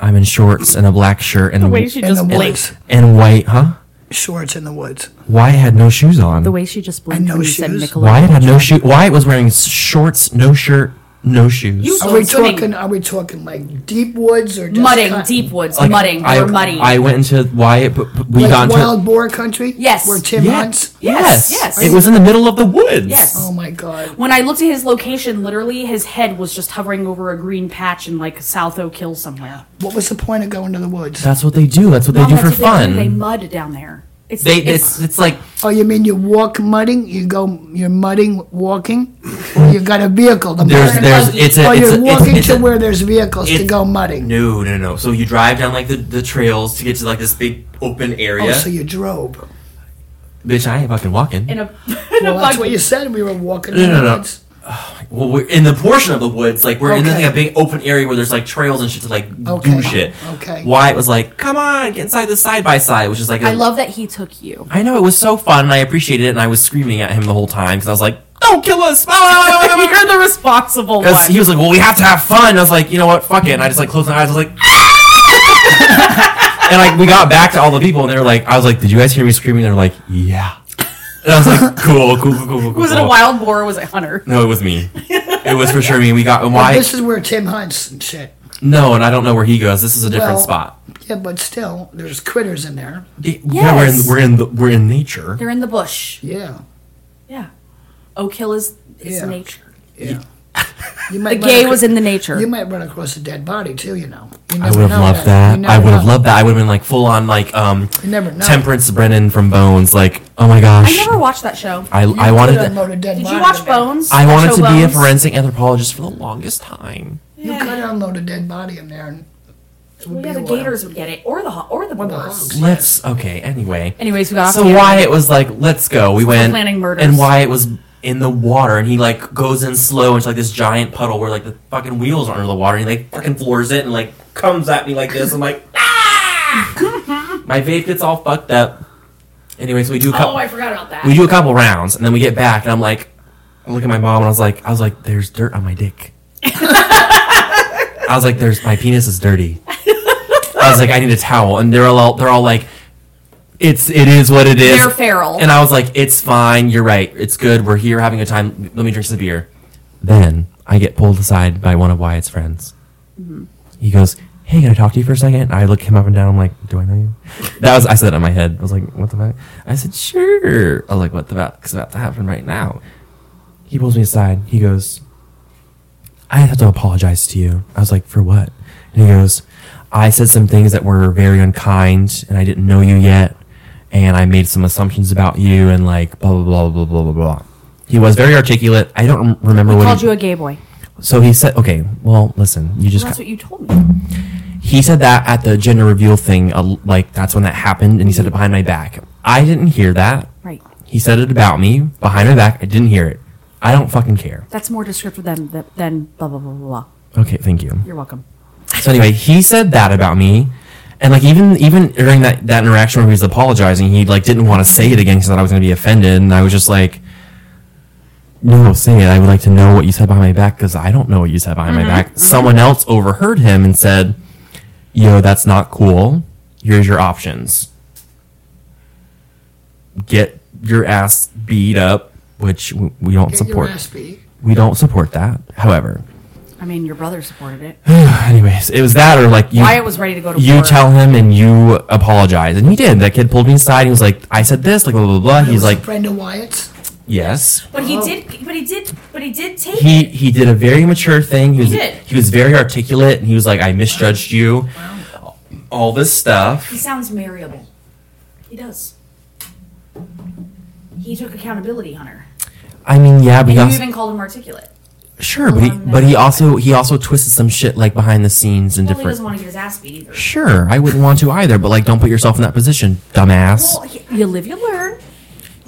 I'm in shorts and a black shirt and
In the woods.
and white, huh?
Shorts in the woods.
Wyatt had no shoes on.
The way she just blinked
And no
when you said
shoes?
Nicolai.
Wyatt had no shoe. Wyatt was wearing s- shorts, no shirt, no shoes.
You
Are we
So it's
talking? Are we talking like deep woods or just
Mudding,
cut-
deep woods,
Like,
mudding.
I,
we were mudding.
I went into Wyatt. But but we
like
got into
wild boar country?
Yes.
Where Tim
Yeah.
hunts?
Yes,
yes.
It was in the middle of the woods.
yes.
Oh my God!
when I looked at his location, literally his head was just hovering over a green patch in like South Oak Hill somewhere.
What was the point of going to the woods?
That's what they do. That's what they
Mom,
do
that's
for
what they
fun.
They, mud down there. It's,
They
it's,
it's it's like
Oh, you mean you walk mudding? You go, you're mudding, walking? Or you got a vehicle to
there's
mud?
there's
buggy.
it's a
oh,
it's
you're
a, it's,
walking
it's
to
a-
where there's vehicles to
it's-
go mudding.
No, no, no. So you drive down like the, the trails to get to like this big open area.
Oh, so you drove.
Bitch, I ain't fucking walking.
in a, in
Well,
a
that's
buggy.
what you said. We were walking.
No,
in the
no, no.
woods.
well, we're in the portion of the woods, like we're in
Okay.
like a big open area where there's like trails and shit to like
Okay.
do shit.
Okay.
Wyatt was like, "Come on, get inside the side by side," which is like a-
I love that he took you.
I know it was so fun, and I appreciated it, and I was screaming at him the whole time because I was like, "Don't kill us!" Ah!
You're the res- possible one.
'Cause he was like, "Well, we have to have fun." And I was like, "You know what? Fuck it." And I just like closed my eyes. I was like, and like we got back to all the people, and they were like, "I was like, did you guys hear me screaming?" They were like, "Yeah." And I was like, "Cool, cool, cool, cool, cool."
was it a
cool."
wild boar? Or was it hunter?
No, it was me. It was for sure me. We got and why?
This is where Tim hunts and shit.
No, and I don't know where he goes. This is a different
Well,
spot.
Yeah, but still, there's critters in there.
It- Yeah, we're in
Yes.
we're in the, we're in nature.
They're in the bush.
Yeah.
Yeah. Oak Hill is is
Yeah.
nature.
Yeah.
The
You might run
gay
ac-
was in the nature.
You might run across a dead body too. You know. You
I
never
would have
know
loved
You
that.
never
I would have
know.
loved that. I would have been like full on like um
You never know.
Temperance Brennan from Bones. Like, oh my gosh.
I never watched that show.
I,
You
I
could
wanted
unload
to,
a dead
Did
body
you
in
watch
there.
Bones?
I
That
wanted
show
to be a
Bones?
forensic anthropologist for the longest time.
You could unload a dead body in there. And it would
Yeah,
be
the
a while.
gators would get it, or the ho- or the
Or the
boars.
hogs.
Let's okay. Anyway,
Anyways, we got off
so
tangent.
why it was like let's go. We went
planning murders.
and why it was in the water and he like goes in slow into like this giant puddle where like the fucking wheels are under the water and he like fucking floors it and like comes at me like this. I'm like, ah! my vape gets all fucked up. Anyway, so we do a couple.
Oh, I forgot about that.
we do a couple rounds and then we get back and I'm like, I look at my mom and I was like, I was like, there's dirt on my dick. I was like, there's my penis is dirty. I was like, I need a towel, and they're all they're all like, it's it is what it is.
They're feral.
And I was like, it's fine. You're right. It's good. We're here having a time. Let me drink some beer. Then I get pulled aside by one of Wyatt's friends.
Mm-hmm.
He goes, "Hey, can I talk to you for a second? I look him up and down. I'm like, "Do I know you?" That was I said that in my head. I was like, "What the fuck?" I said, "Sure." I was like, "What the fuck is about to happen right now?" He pulls me aside. He goes, "I have to apologize to you." I was like, "For what?" And he goes, "I said some things that were very unkind, and I didn't know you yet, and I made some assumptions about you, and like blah blah blah blah blah blah blah." He was very articulate. I don't rem- remember
I
what.
called
he,
you a gay boy.
so he said, "Okay, well, listen, you just
That's
ca-
what you told me.
he said that at the gender reveal thing, uh, like that's when that happened, and he said it behind my back. I didn't hear that.
Right.
He said it about me behind my back. I didn't hear it. I don't fucking care.
That's more descriptive than than- than blah blah blah blah. blah.
Okay, thank you.
You're welcome.
So anyway, he said that about me, and like even even during that that interaction where he was apologizing, he like didn't want to say it again because I was gonna be offended, and I was just like, "No, say it. I would like to know what you said behind my back because I don't know what you said behind
Mm-hmm.
my back." Someone else overheard him and said, "Yo, that's not cool. Here's your options. Get your ass beat up." Which w- we don't
Get
support.
Your ass beat.
We don't support that. However,
I mean, your brother supported it.
anyways, it was that or like you.
Wyatt was ready to go to
you
war.
tell him and you apologize and he did that kid pulled me aside he was like i said this like blah blah blah he's
Was
like
it Brenda Wyatt.
yes
But he did. But he did. But he did take
he
it.
he did a very mature thing he was he,
did.
was very articulate and he was like i misjudged you all this
He
stuff
sounds marryable. He does. He took accountability, Hunter.
i mean yeah
And
but he
you
also,
even called him articulate.
sure but he
along
but he
that-
also he also twisted some shit like behind the scenes and
Well, he
different
doesn't want to get his ass beat either.
sure i wouldn't want to either but like don't put yourself in that position dumbass
Well, he- you live, you learn.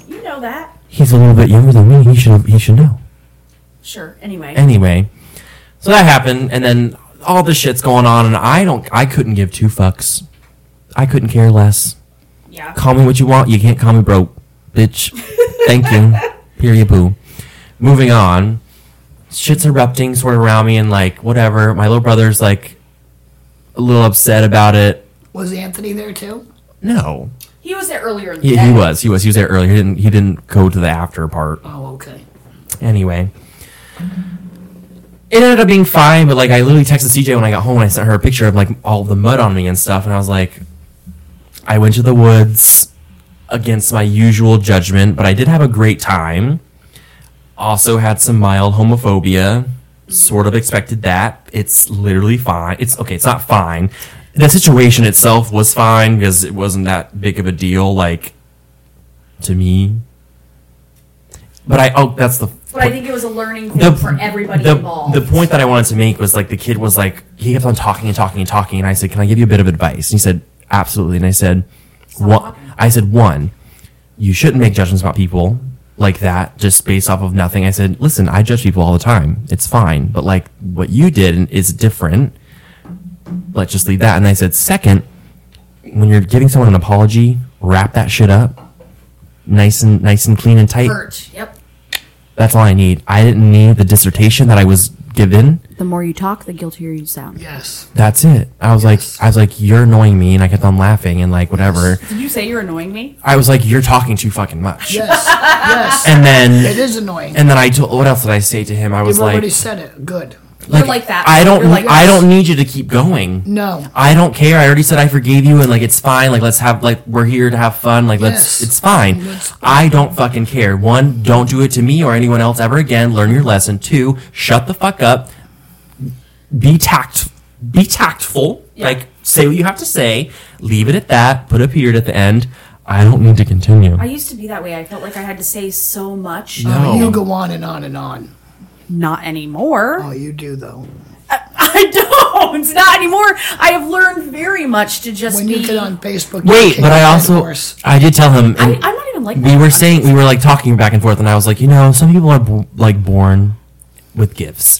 You know that.
he's a little bit younger than me he should he should know
Sure. Anyway.
anyway so that happened and then all this shit's going on and i don't i couldn't give two fucks i couldn't care less
yeah.
call me what you want you can't call me broke bitch thank you period poo moving on shit's erupting sort of around me and like whatever my little brother's like a little upset about it
Was Anthony there too?
no
He was there earlier in the
he,
day.
he was he was he was there earlier he didn't he didn't go to the after part
Oh, okay.
Anyway, it ended up being fine, but like I literally texted CJ when I got home and I sent her a picture of like all the mud on me and stuff, and I was like, I went to the woods against my usual judgment, but I did have a great time. Also had some mild homophobia. Sort of expected that. It's literally fine. It's okay, it's not fine. The situation itself was fine because it wasn't that big of a deal, like to me. But I oh that's the
But I think it was a learning thing
the-
for everybody
the,
involved.
The point that I wanted to make was like the kid was like he kept on talking and talking and talking, and I said, "Can I give you a bit of advice?" And he said, "Absolutely." And I said, "One,"
talking.
I said, "One, you shouldn't make judgments about people like that just based off of nothing." I said, "Listen, I judge people all the time. It's fine, but like what you did is different. Let's just leave that." And I said, second, when you're giving someone an apology, wrap that shit up." Nice and nice and clean and tight
Hurt. Yep.
That's all I need. I didn't need the dissertation that I was given.
The more you talk, the guiltier you sound.
Yes.
That's it. I was
Yes.
like, I was like, you're annoying me, and I kept on laughing and like whatever.
Did you say you're annoying me?
I was like, you're talking too fucking much.
Yes. yes.
And
it
then,
is annoying.
and then I told. What else did I say to him? I was
You've
like,
already said it. Good.
You're like that.
I don't.
You're like
I
that.
don't need you to keep going.
No.
I don't care. I already said I forgave you, and like it's fine. Like let's have like we're here to have fun. Like let's.
Yes.
It's fine.
Let's-
I don't fucking care. One, don't do it to me or anyone else ever again. Learn your lesson. Two, shut the fuck up. Be tact. Be tactful.
Yeah.
Like say what you have to say. Leave it at that. Put a period at the end. I don't need to continue.
I used to be that way. I felt like I had to say so much.
No.
Uh, You go on and on and on.
Not anymore.
Oh, you do though.
I don't. Not anymore. I have learned very much to just
When
be.
you get on Facebook. you
Wait,
kick
but I
that
also
horse.
I did tell him.
I,
and-
I'm not even like
we
that.
were saying we were like talking back and forth and i was like you know some people are b- like born with gifts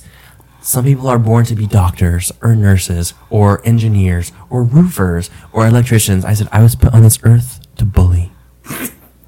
some people are born to be doctors or nurses or engineers or roofers or electricians i said i was put on this earth to bully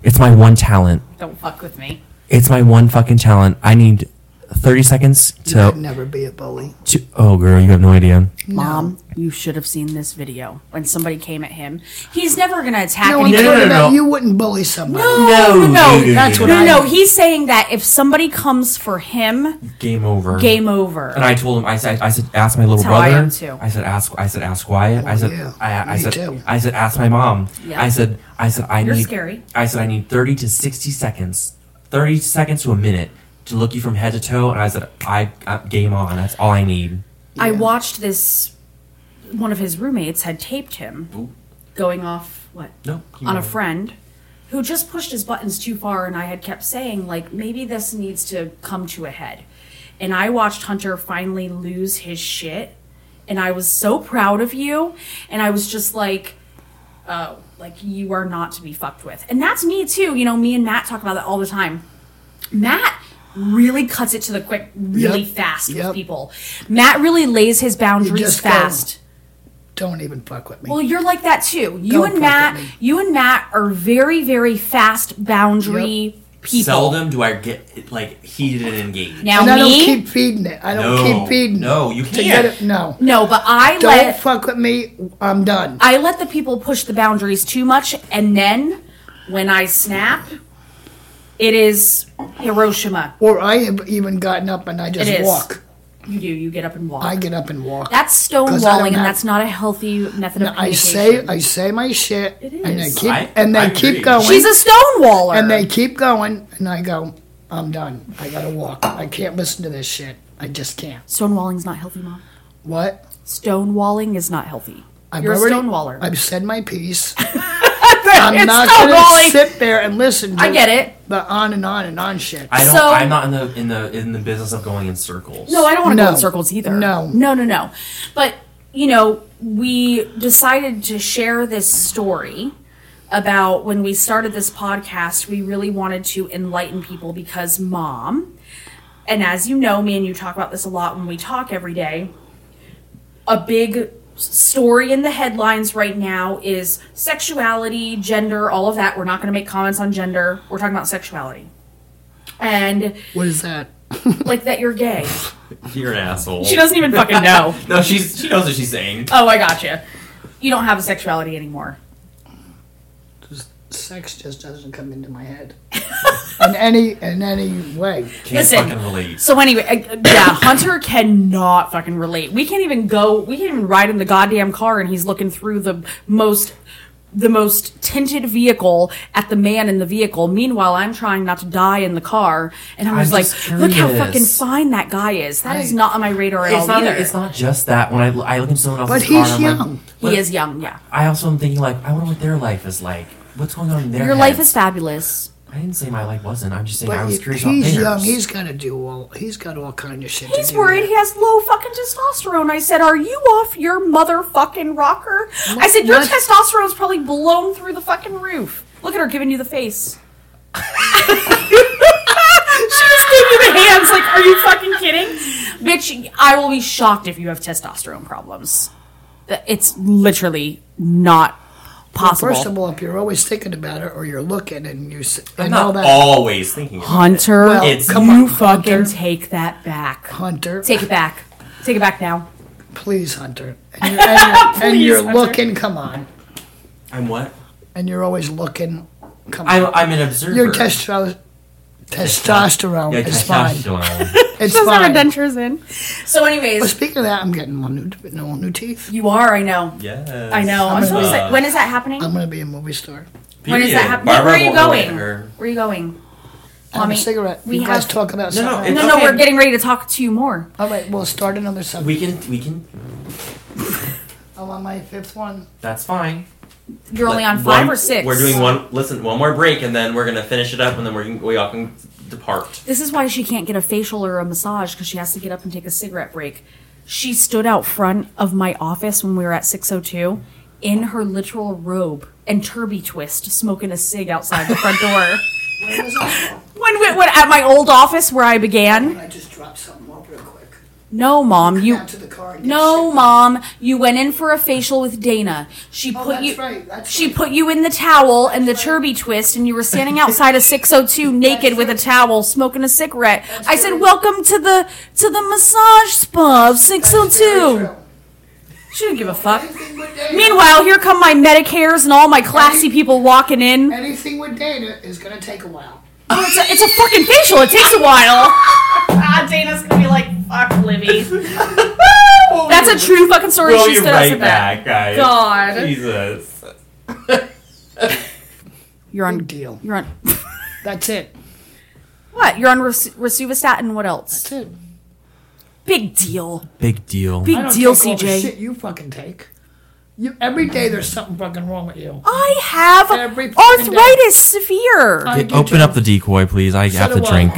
it's my one talent
Don't fuck with me.
it's my one fucking talent i need 30 seconds
I'd
to,
never be a bully.
to oh girl you have no idea
Mom, you should have seen this video when somebody came at him. He's never gonna attack
No, I'm
anybody.
no, no,
talking
no.
about you wouldn't bully somebody.
no, no, no.
That's what
No,
I.
no, he's saying that if somebody comes for him,
game over
game over.
And I told him, I said, I said, ask my little
That's how I
brother.
am, too.
I said, ask, I said, ask Wyatt. I said,
Oh, yeah.
I, I
Me
said,
too.
I said, ask my mom.
Yeah.
I said, I said, I
You're
need,
scary.
I said, I need 30 to 60 seconds, 30 seconds to a minute to look you from head to toe. And I said, I, I game on. That's all I need.
I watched this. One of his roommates had taped him going off what
No, keep
on a
going.
friend who just pushed his buttons too far, and I had kept saying like maybe this needs to come to a head. And I watched Hunter finally lose his shit, and I was so proud of you, and I was just like. Oh, like you are not to be fucked with. And that's me too. You know, me and Matt talk about that all the time. Matt really cuts it to the quick really
Yep.
fast with
Yep.
people. Matt really lays his boundaries
just go.
fast.
Don't even fuck with me.
Well, you're like that too. You
Don't
and
fuck
Matt,
with me.
you and Matt are very very fast boundary people.
Seldom do I get like heated and engaged.
Now
and I don't
me
keep feeding it. I don't
No.
keep feeding.
No, you
To get
can't.
it, no.
No, but I
Don't
let
fuck with me. I'm done.
I let the people push the boundaries too much and then when I snap it is Hiroshima.
Or I have even gotten up and I
It
just
is.
walk.
You do, you get up and walk.
I get up and walk.
That's
'Cause I don't
stonewalling, and
have-
that's not a healthy method of communication.
I say I say my shit, and they
is.
keep
I-
and they
I
keep
agree.
going,
She's a stonewaller.
and they keep going, and I go, I'm done. I gotta walk. I can't listen to this shit. I just can't.
stonewalling's not healthy, mom.
What?
Stonewalling is not healthy.
I've
You're
already-
a stonewaller.
I've said my piece. I'm not
stonewalling.
gonna sit there and listen. to
I get it.
The on and on and on shit.
I don't,
So-
I'm not in the, in the, in the business of going in circles.
No, I don't want to go
No.
in circles either.
No.
No, no, no. But, you know, we decided to share this story about when we started this podcast, we really wanted to enlighten people because mom, and as you know, me and you talk about this a lot when we talk every day, a big story in the headlines right now is sexuality, gender, all of that. We're not going to make comments on gender. We're talking about sexuality. And
what is that?
like that you're gay.
You're an asshole.
She doesn't even fucking know.
No, she's, she knows what she's saying.
Oh, I gotcha. You don't have a sexuality anymore.
Sex just doesn't come into my head in any in any way.
Can't
Listen.
fucking relate.
So anyway, I- yeah, Hunter cannot fucking relate. We can't even go. We can't even ride in the goddamn car, and he's looking through the most, the most tinted vehicle at the man in the vehicle. Meanwhile, I'm trying not to die in the car, and I was
I'm
like,
just
"Look how
curious.
fucking fine that guy is. That is
I-
not on my radar at
it's
all
not.
either.
It's not just that. When I, I look into someone else's
But he's
car, I'm like,
young.
but
he is young. Yeah,
I also am thinking like, I wonder what their life is like. What's going on in their
your life
heads?
is fabulous.
I didn't say my life wasn't. I'm just saying I
But
was
he-
curious
he's
about
young.
theirs.
He's got to do all. He's got all kind of shit.
He's
to do
worried he has low fucking testosterone. I said, Are you off your motherfucking rocker? I said, Your
what?
testosterone's probably blown through the fucking roof. Look at her giving you the face. she just gave you the hands. Like, are you fucking kidding? Bitch, I will be shocked if you have testosterone problems. It's literally not possible.
First of all, if you're always thinking about it or you're looking and you s- and all
not
that,
always thinking. about
Hunter,
Well,
It's-
come
you
on,
fucking
Hunter.
take that back.
Hunter,
Take it back. Take it back now.
please, Hunter, and you're, and you're, and
Please,
you're
Hunter.
looking. Come on,
it. I'm what?
and you're always looking. Come on,
I'm, I'm an observer.
your testo- testosterone
Yeah,
is fine.
testosterone.
It's fine.
dentures in. So,
Well,
anyways,
speaking of that, I'm getting all new, no, new teeth.
you are. I know.
yes.
I know. I'm so
Uh,
excited. When is that happening?
I'm gonna be a movie star.
When is
Period.
that happening?
Barbara
Where are you
won't let
going?
her-
Where are you going?
I have a
Mommy,
cigarette.
we
you guys
have-
talk about
No, no,
something.
it's-
No, no,
Okay.
we're getting ready to talk to you more.
All right, we'll start another subject.
We can. We can.
I'm on my fifth one.
That's fine.
You're only on
Let-
five
one-
or six.
We're doing one. Listen, one more break, and then we're gonna finish it up, and then we're gonna, we all can depart.
This is why she can't get a facial or a massage because she has to get up and take a cigarette break. She stood out front of my office when we were at 602 in her literal robe and turby twist, smoking a cig outside the front door.
Where was I?
when, when, when at my old office where I began.
I just dropped something off real quick.
No, mom, you.
Down to the car. And get
No,
shit.
mom, you went in for a facial with Dana. She put
that's
you.
right, that's
she
right.
put you in the towel and the turby twist, and you were standing outside a 602 naked with a towel, smoking a cigarette. I said, "Welcome to the to the massage spa of 602." She didn't give a fuck.
Anything with Dana.
Meanwhile, here come my Medicares and all my classy people walking in.
anything with data is gonna take a while.
Oh, it's, a, it's a fucking facial. It takes a while. ah, Dana's gonna be like, "Fuck, Libby." That's a true fucking story.
We'll
she
be
stood
right
outside that.
back, guys.
God.
Jesus.
You're on
Big deal.
You're on
That's it.
what? You're on Res- Rosuvastatin. What else?
That's it.
Big deal.
Big deal.
I
Big
don't
deal,
take all the
CJ.
shit you fucking take. You every day there's something fucking wrong with you.
I have
Every fucking day.
arthritis severe.
I do
Open
too.
up the decoy, please. I have to
do I.
drink.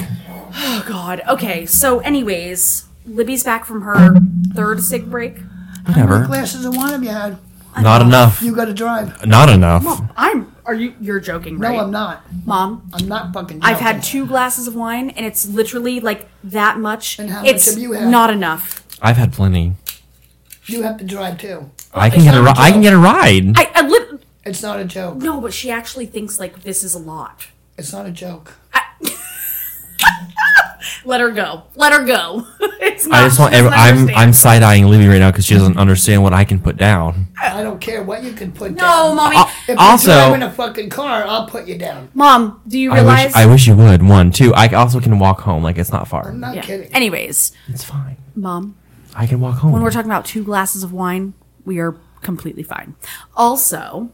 Oh God. Okay. So, anyways, Libby's back from her third sick break.
Whatever.
Glasses of wine have you had?
Not enough.
You gotta drive.
Not enough.
Mom, I'm. Are you? You're joking,
No,
right?
I'm not.
Mom,
I'm not fucking.
I've had
joking.
two glasses of wine, and it's literally like that much.
And how much
it's
have you had?
not enough.
I've had plenty.
You have to drive too.
I can get a. Ri- I can get a ride.
I, I li-
It's not a joke.
no, but she actually thinks like this is a lot.
It's not a joke.
Let her go. Let her go. it's not.
I just want.
she
Every,
doesn't
I'm.
Ah, understand.
I'm side eyeing Libby right now because she doesn't understand what I can put down.
I don't care what you can put
No,
down.
mommy.
If
Also-
you're driving a fucking car, I'll put you down.
Mom, do you
I
realize?
wish. I wish you would. One, two. I also can walk home. Like it's not far.
I'm not
Yeah.
kidding.
Anyways,
It's fine.
Mom,
I can walk home.
when we're talking about two glasses of wine, we are completely fine. Also,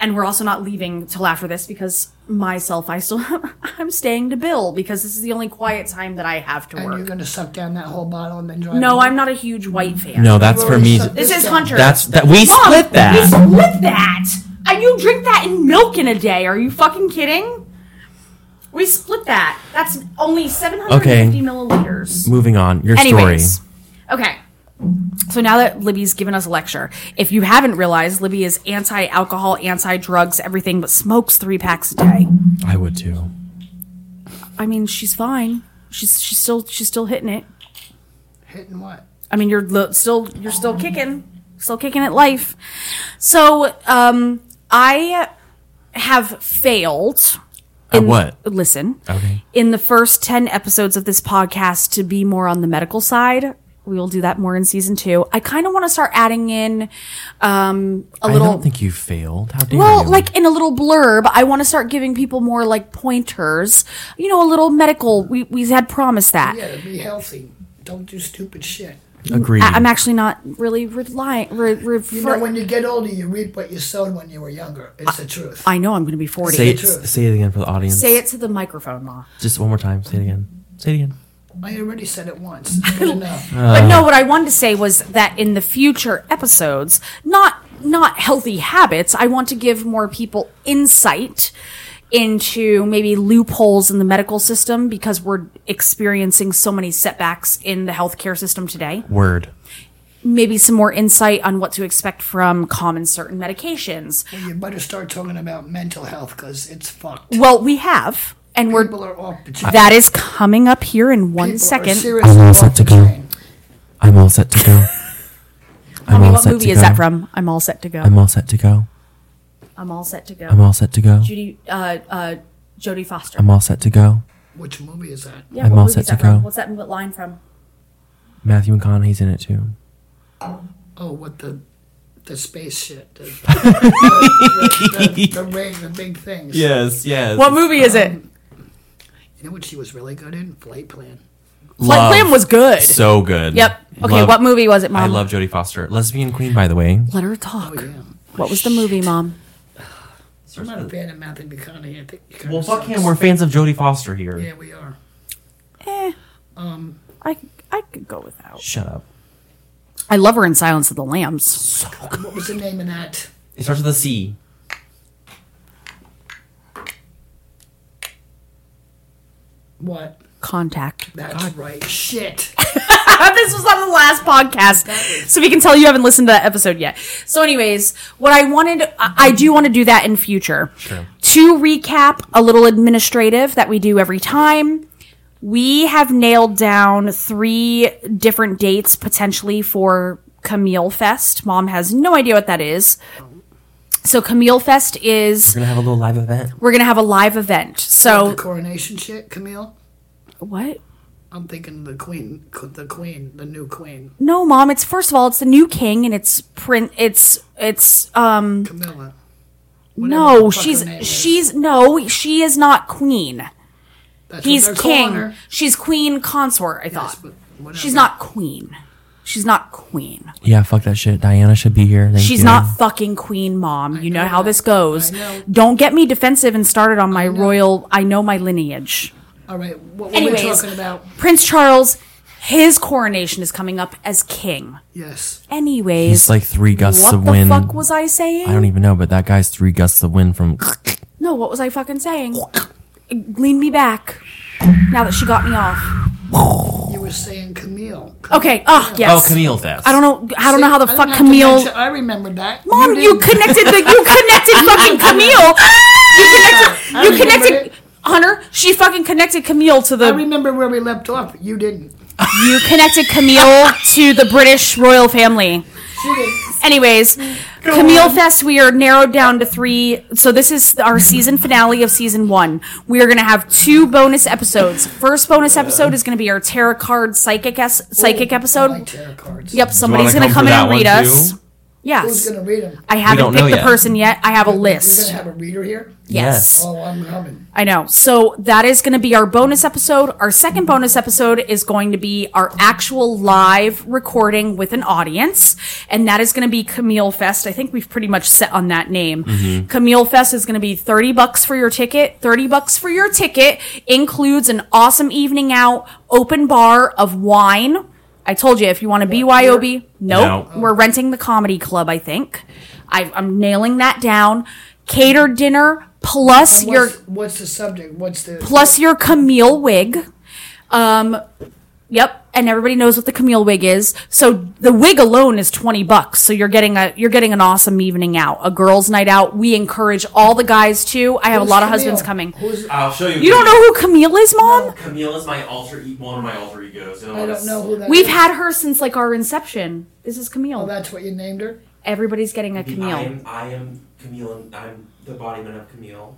and we're also not leaving till after this because myself, I still, I'm staying to Bill because this is the only quiet time that I have to
and you're
work.
gonna suck down that whole bottle and then drive.
No,
home.
I'm not a huge white fan.
no, that's
You've
for
already
me.
sucked
this
this
is
down.
Hunter.
That's that we
Mom,
split
We
that.
split that. And you drink that in milk in a day? Are you fucking kidding? We split that. That's only 750 milliliters.
Moving on. Your
Anyways,
story.
okay. So now that Libby's given us a lecture, if you haven't realized, Libby is anti-alcohol, anti-drugs, everything, but smokes three packs a day.
I would too.
I mean, she's fine. She's she's still she's still hitting it.
hitting what?
I mean, you're lo- still you're still kicking, still kicking at life. So um, I have failed.
At
in-
what?
Listen.
Okay.
In the first 10 episodes of this podcast to be more on the medical side. We will do that more in season two. I kind of want to start adding in um, a
I
little.
don't think you failed. How dare
Well,
you?
like in a little blurb, I want to start giving people more like pointers. You know, a little medical. We we had promised that.
Yeah, be healthy. Don't do stupid shit.
agreed.
I, am actually not really relying. Re, refer-
You know, when you get older, you reap what you sowed when you were younger. It's the truth.
I know I'm going to be 40.
say
Say,
it. Say it again for the audience.
it to the microphone, Ma.
Just one more time. Say it again. Say it again.
I already said it once. Good enough.
but
Uh-huh.
no, what I wanted to say was that in the future episodes, not not healthy habits, I want to give more people insight into maybe loopholes in the medical system because we're experiencing so many setbacks in the healthcare system today.
Word.
Maybe some more insight on what to expect from common certain medications.
you better start talking about mental health because it's fucked.
Well, we have, and we're
People are off the chain.
that is coming up here in one
People
second.
Are seriously
I'm all set
off the
to go.
chain.
I'm all set to go. I'm
Mommy,
all
what
set to
movie is
go.
that from? I'm all set to go.
I'm all set to go.
I'm all set to go.
I'm all set to go.
Judy, uh, uh, Jodie Foster.
I'm all set to go.
Which movie is that?
yeah,
I'm
what
all
movie's
set
that
to
from?
go.
What's that m- line from?
Matthew McConaughey's in it too.
Oh, with the the space shit. The, the, the, the, ring, the big things.
Yes, yes.
What movie is it?
Um,
You know what she was really good in? Flight Plan.
Like Lim was good.
so good.
Yep. Okay,
Love-
what movie was it, Mom?
I love Jodie Foster, lesbian queen, by the way.
Let her talk.
Oh, yeah.
What was the movie, Mom?
I'm not a fan of Matthew McConaughey. I think he kinda
Well, fuck
sucks.
him. We're fans of Jodie Foster here.
Yeah, we are.
Eh,
Um,
I I could go without.
Shut up.
I love her in Silence of the Lambs.
what was the name of that?
It starts with a C.
What?
Contact.
That's right. Shit.
Uh,
this was on the last podcast, so we can tell you haven't listened to that episode yet.
So, anyways, what I wanted, I, I do want to do that in future. Sure. To recap, a little administrative that we do every time. We have nailed down three different dates potentially for Camille Fest. Mom has no idea what that is. So Camille Fest is
We're gonna have a little live event.
we're gonna have a live event.
Oh, The
So
coronation shit, Camille.
what?
I'm thinking of the queen, the queen, the new queen,
No, mom. It's first of all, it's the new king, and it's print. It's it's um
Camilla.
no.
the fuck her
She's
name is.
she's no. She is not queen.
That's what
He's
they're calling
king.
her.
She's queen consort. I thought
Yes, but whatever.
she's not queen. She's not queen.
Yeah, fuck that shit. Diana should be here. Thank
She's
you.
not fucking queen, mom. you know, how this goes.
I know.
Don't get me defensive and started on my royal. I know my lineage.
All right. What were we
Anyways,
talking about?
Prince Charles, his coronation is coming up as king.
Yes.
Anyways,
It's like three gusts
what
of
the
wind.
fuck was I saying?
I don't e- even know, but that guy's three gusts of wind from.
No, what was I fucking saying? Lean me back. Now that she got me off.
You were saying Camille.
Okay. Oh, yes.
Camille Fest.
I don't know. I don't know how the
I
fuck
have to
Camille.
mention- I remember that.
Mom, you
didn't.
connected the. You connected fucking Camille.
I
You connected. You
remembered
connected.
it.
Hunter, she fucking connected Camille to
I
the.
remember where we left off. You didn't.
You connected Camille to the British royal family.
She didn't.
Anyways, Camille Fest, we are narrowed down to three. So this is our season finale of season one. We are going to have two bonus episodes. First bonus episode is going to be our tarot card psychic es- psychic
Oh, I like
episode.
tarot cards.
Yep, somebody's
wanna
going to
come
come
for
in
that
and
one
read us.
too?
Who's
Yes,
gonna read them?
I
don't
haven't
know
picked the
yet.
person yet. I have a list.
You're gonna have a reader here.
Yes.
Yes.
Oh, I'm coming.
I know. So that is going to be our bonus episode. Our second bonus episode is going to be our actual live recording with an audience. And that is going to be Camille Fest. I think we've pretty much set on that name. Camille Fest is going to be 30 bucks for your ticket. 30 bucks for your ticket includes an awesome evening out, open bar of wine. I told you if you want to BYOB, nope.
No.
We're renting the comedy club, I think. I, I'm nailing that down. Catered dinner plus your
What's, what's the subject? What's the
plus your Camille wig. Um, yep, and everybody knows what the Camille wig is. So the wig alone is twenty bucks. So you're getting a you're getting an awesome evening out, a girls' night out. We encourage all the guys to. I have a lot of husbands
Camille?
coming.
Who's
I'll show
You don't know who Camille is, mom?
Camille is my alter e- one of my alter egos.
I don't know who that
We've
is.
had her since like our inception. This is
Oh,
Camille.
that's what you named her.
Everybody's getting a Camille.
I am Camille, and I'm the bodyman of Camille.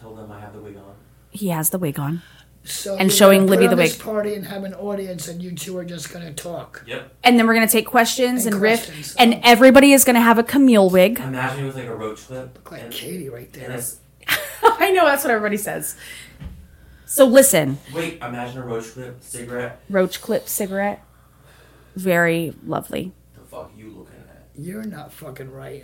Tell them I have the wig on.
he has the wig on.
So
And
you're
showing
gonna
Libby
put on
the
this
wig.
Party and have an audience, and you two are just gonna talk.
Yep.
And then we're gonna take questions
And
and, riff,
questions.
and everybody is gonna have a Camille wig.
Imagine it was like a roach clip.
Like Katie right there.
I know that's what everybody says. So listen,
wait, imagine a roach clip, cigarette.
roach clip cigarette. Very lovely.
The fuck you looking at?
You're not fucking right.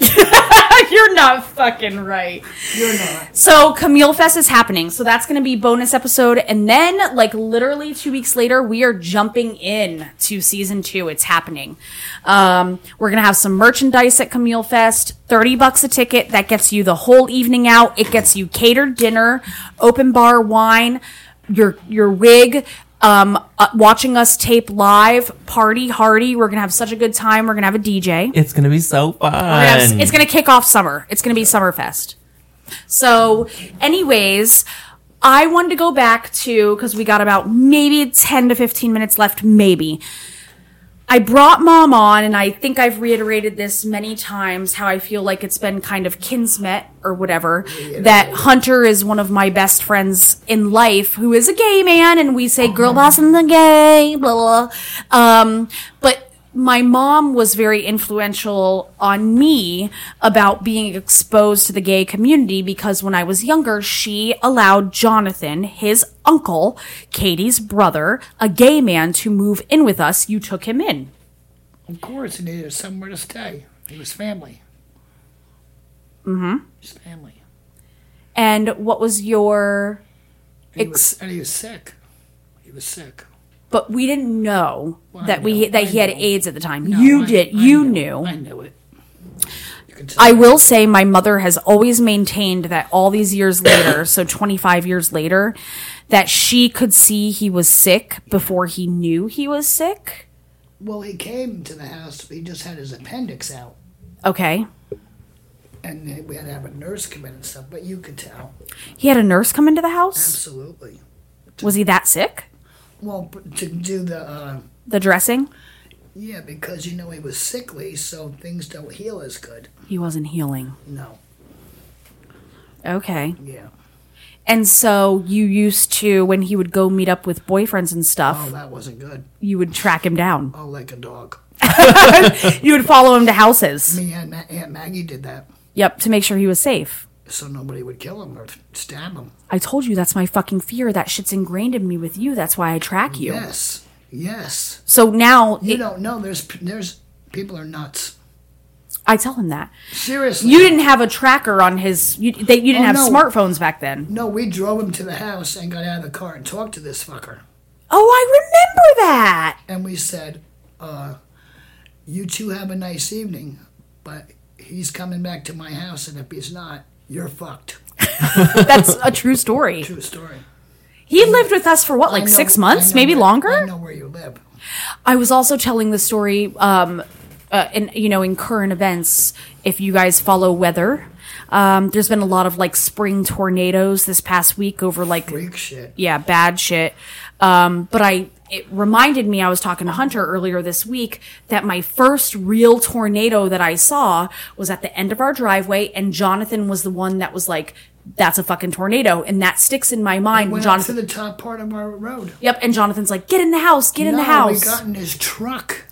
You're not fucking right.
You're not.
So Camille Fest is happening. So that's going to be bonus episode and then like literally 2 weeks later we are jumping in to season 2. It's happening. Um we're going to have some merchandise at Camille Fest. 30 bucks a ticket that gets you the whole evening out. It gets you catered dinner, open bar wine, your your wig um uh, watching us tape live party hardy we're gonna have such a good time we're gonna have a dj
It's gonna be so fun.
we're gonna have- Oh it's going to kick off summer. It's going to be Summerfest. So, anyways, I wanted to go back to because we got about maybe 10 to 15 minutes left, maybe. I brought mom on, and I think I've reiterated this many times how I feel like it's been kind of kinsmet or whatever that Hunter is one of my best friends in life who is a gay man, and we say girl boss and the gay, blah, blah. Um, but my mom was very influential on me about being exposed to the gay community because when I was younger, she allowed Jonathan, his uncle, Katie's brother, a gay man, to move in with us. You took him in.
Of course, he needed somewhere to stay. He was family. Mm-hmm. He's family.
And what was your.
He
Ex-
was, and he was sick. He was sick.
But we didn't know
Well, I
that we
know,
that
I
he had
know.
AIDS at the time.
No,
you
I-
did.
I
you
knew.
knew.
I knew it. You can tell.
I will say my mother has always maintained that all these years later, so 25 years later, that she could see he was sick before he knew he was sick.
well, he came to the house. He just had his appendix out,
Okay.
and we had to have a nurse come in and stuff. But you could tell.
He had a nurse come into the house.
Absolutely.
Was he that sick?
Well, but to do the uh,
The dressing?
yeah, because you know he was sickly, so things don't heal as good.
He wasn't healing.
No.
Okay.
Yeah.
And so you used to, when he would go meet up with boyfriends and
Oh,
stuff,
that wasn't good.
you would track him down.
Oh, like a dog.
You would follow him to houses.
Me and Ma- Aunt Maggie did that,
Yep, to make sure he was safe. so
so nobody would kill him or stab him.
I told you that's my fucking fear. That shit's ingrained in me with you. That's why I track you.
Yes. Yes.
So now
You
it-
don't know. There's there's people are nuts.
I tell him that
Seriously.
you didn't have a tracker on his. You, they, you didn't
Oh,
have
no.
smartphones back then.
No, we drove him to the house and got out of the car and talked to this fucker.
Oh, I remember that.
And we said, uh, "You two have a nice evening, but he's coming back to my house, and if he's not, you're fucked."
That's a true story.
True story.
He lived with us for what,
I
like
know-
six
I
months,
know
maybe
where-
longer.
I know where you live.
I was also telling the story, um, uh, in you know, in current events. If you guys follow weather, um, there's been a lot of like spring tornadoes this past week over like
Freak shit.
yeah, bad shit. Um, but I it reminded me I was talking to Hunter earlier this week that my first real tornado that I saw was at the end of our driveway, and Jonathan was the one that was like, "That's a fucking tornado," and that sticks in my mind. when
Went
Jonathan,
Jonathan, to the top part of our road.
yep, and Jonathan's like, "Get in the house, get in the
No,
house,"
We got in his truck.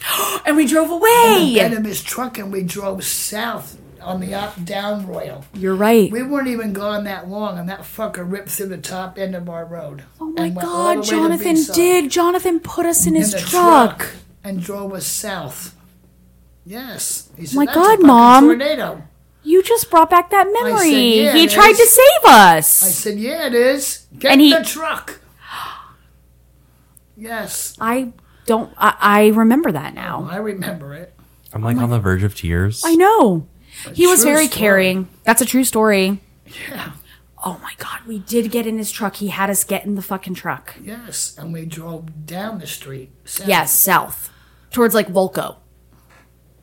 and we drove away.
Get in his truck, and we drove south on the up down Royal.
You're right. Oh
We weren't even gone that long, and that fucker ripped through the top end of our road.
oh my god, Jonathan did. Jonathan put us in his
the
truck.
truck and drove us south. Yes. He said,
My
"That's a
God,
fucking
Mom."
Tornado.
You just brought back that memory.
"Yeah,
he
it
tried to
is."
save us.
I said, "Yeah, it is. Get
And
in
he-
the truck." Yes,
I don't. I, I remember that now.
I remember it.
I'm like on the verge of tears.
I know. He was
true
very
story.
caring. That's a true story.
Yeah.
Oh my god, we did get in his truck. He had us get in the fucking truck.
Yes, and we drove down the street. South.
Yes, south towards like Volco,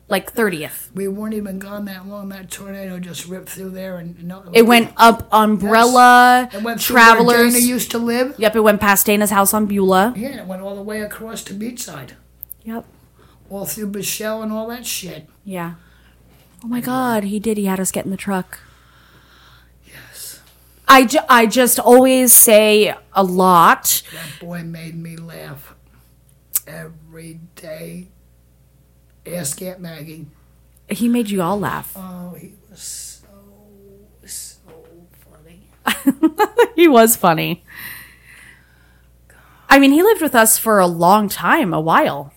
like thirtieth.
We weren't even gone that long. That tornado just ripped through there, and no,
It went up Umbrella
It went through where
Travelers.
Dana used to live.
yep, it went past Dana's house on Beulah.
Yeah, it went all the way across to Beachside,
Yep.
all through Michelle and all that shit.
Yeah. Oh my god, he did. He had us get in the truck.
Yes,
I, ju- I just always say a lot
that boy made me laugh every day. Ask Aunt Maggie.
He made you all laugh.
Oh, he was so so funny.
he was funny. I mean, he lived with us for a long time, a while. Yeah.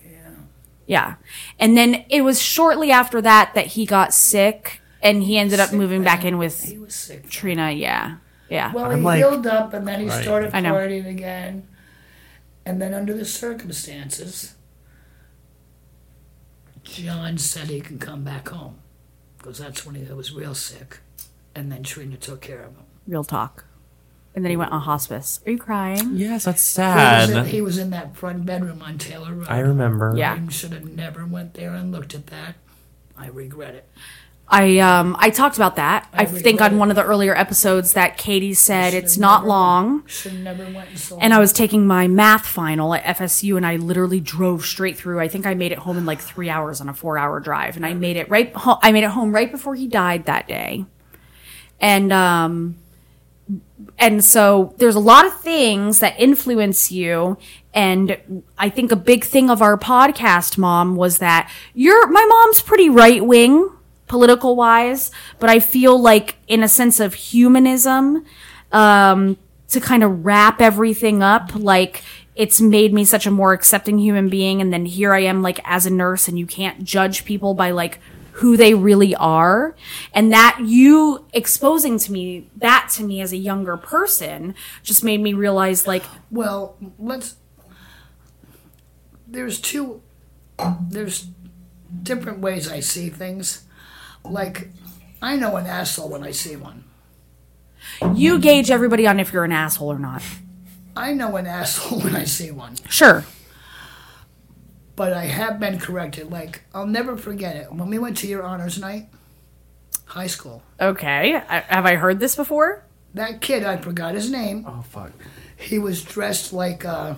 Yeah. And then it was shortly after that that he got sick and he ended up moving back in
He
with
was sick.
Trina. Yeah. Yeah.
Well,
I'm
he
like-
healed up, and then he
Right.
started
I know.
partying again. And then, under the circumstances, John said he can come back home because that's when he was real sick. And then Trina took care of him.
Real talk. And then he went on hospice. Are you crying?
Yes, that's
He was,
sad.
in, he was in that front bedroom on Taylor Road.
I remember.
Yeah.
I should have never went there and looked at that. I regret it.
I um I talked about that. I, think on one of the earlier episodes that Katie said it's not long.
Should never went and sold.
And I was taking my math final at FSU and I literally drove straight through. I think I made it home in like 3 hours on a 4-hour drive and I made it right ho- I made it home right before he died that day. And um and so there's a lot of things that influence you and I think a big thing of our podcast mom was that you're my mom's pretty right wing political wise, but I feel like in a sense of humanism um to kind of wrap everything up like it's made me such a more accepting human being and then here I am like as a nurse and you can't judge people by like who they really are and that you exposing to me that to me as a younger person just made me realize like
Well, let's. There's two. There's different ways I see things. Like, I know an asshole when I see one.
you gauge everybody on if you're an asshole or not
I know an asshole when I see one.
sure
But I have been corrected. Like, I'll never forget it. When we went to your honors night, high school,
okay I, have I heard this before
that kid, I forgot his name,
Oh fuck.
he was dressed like, uh,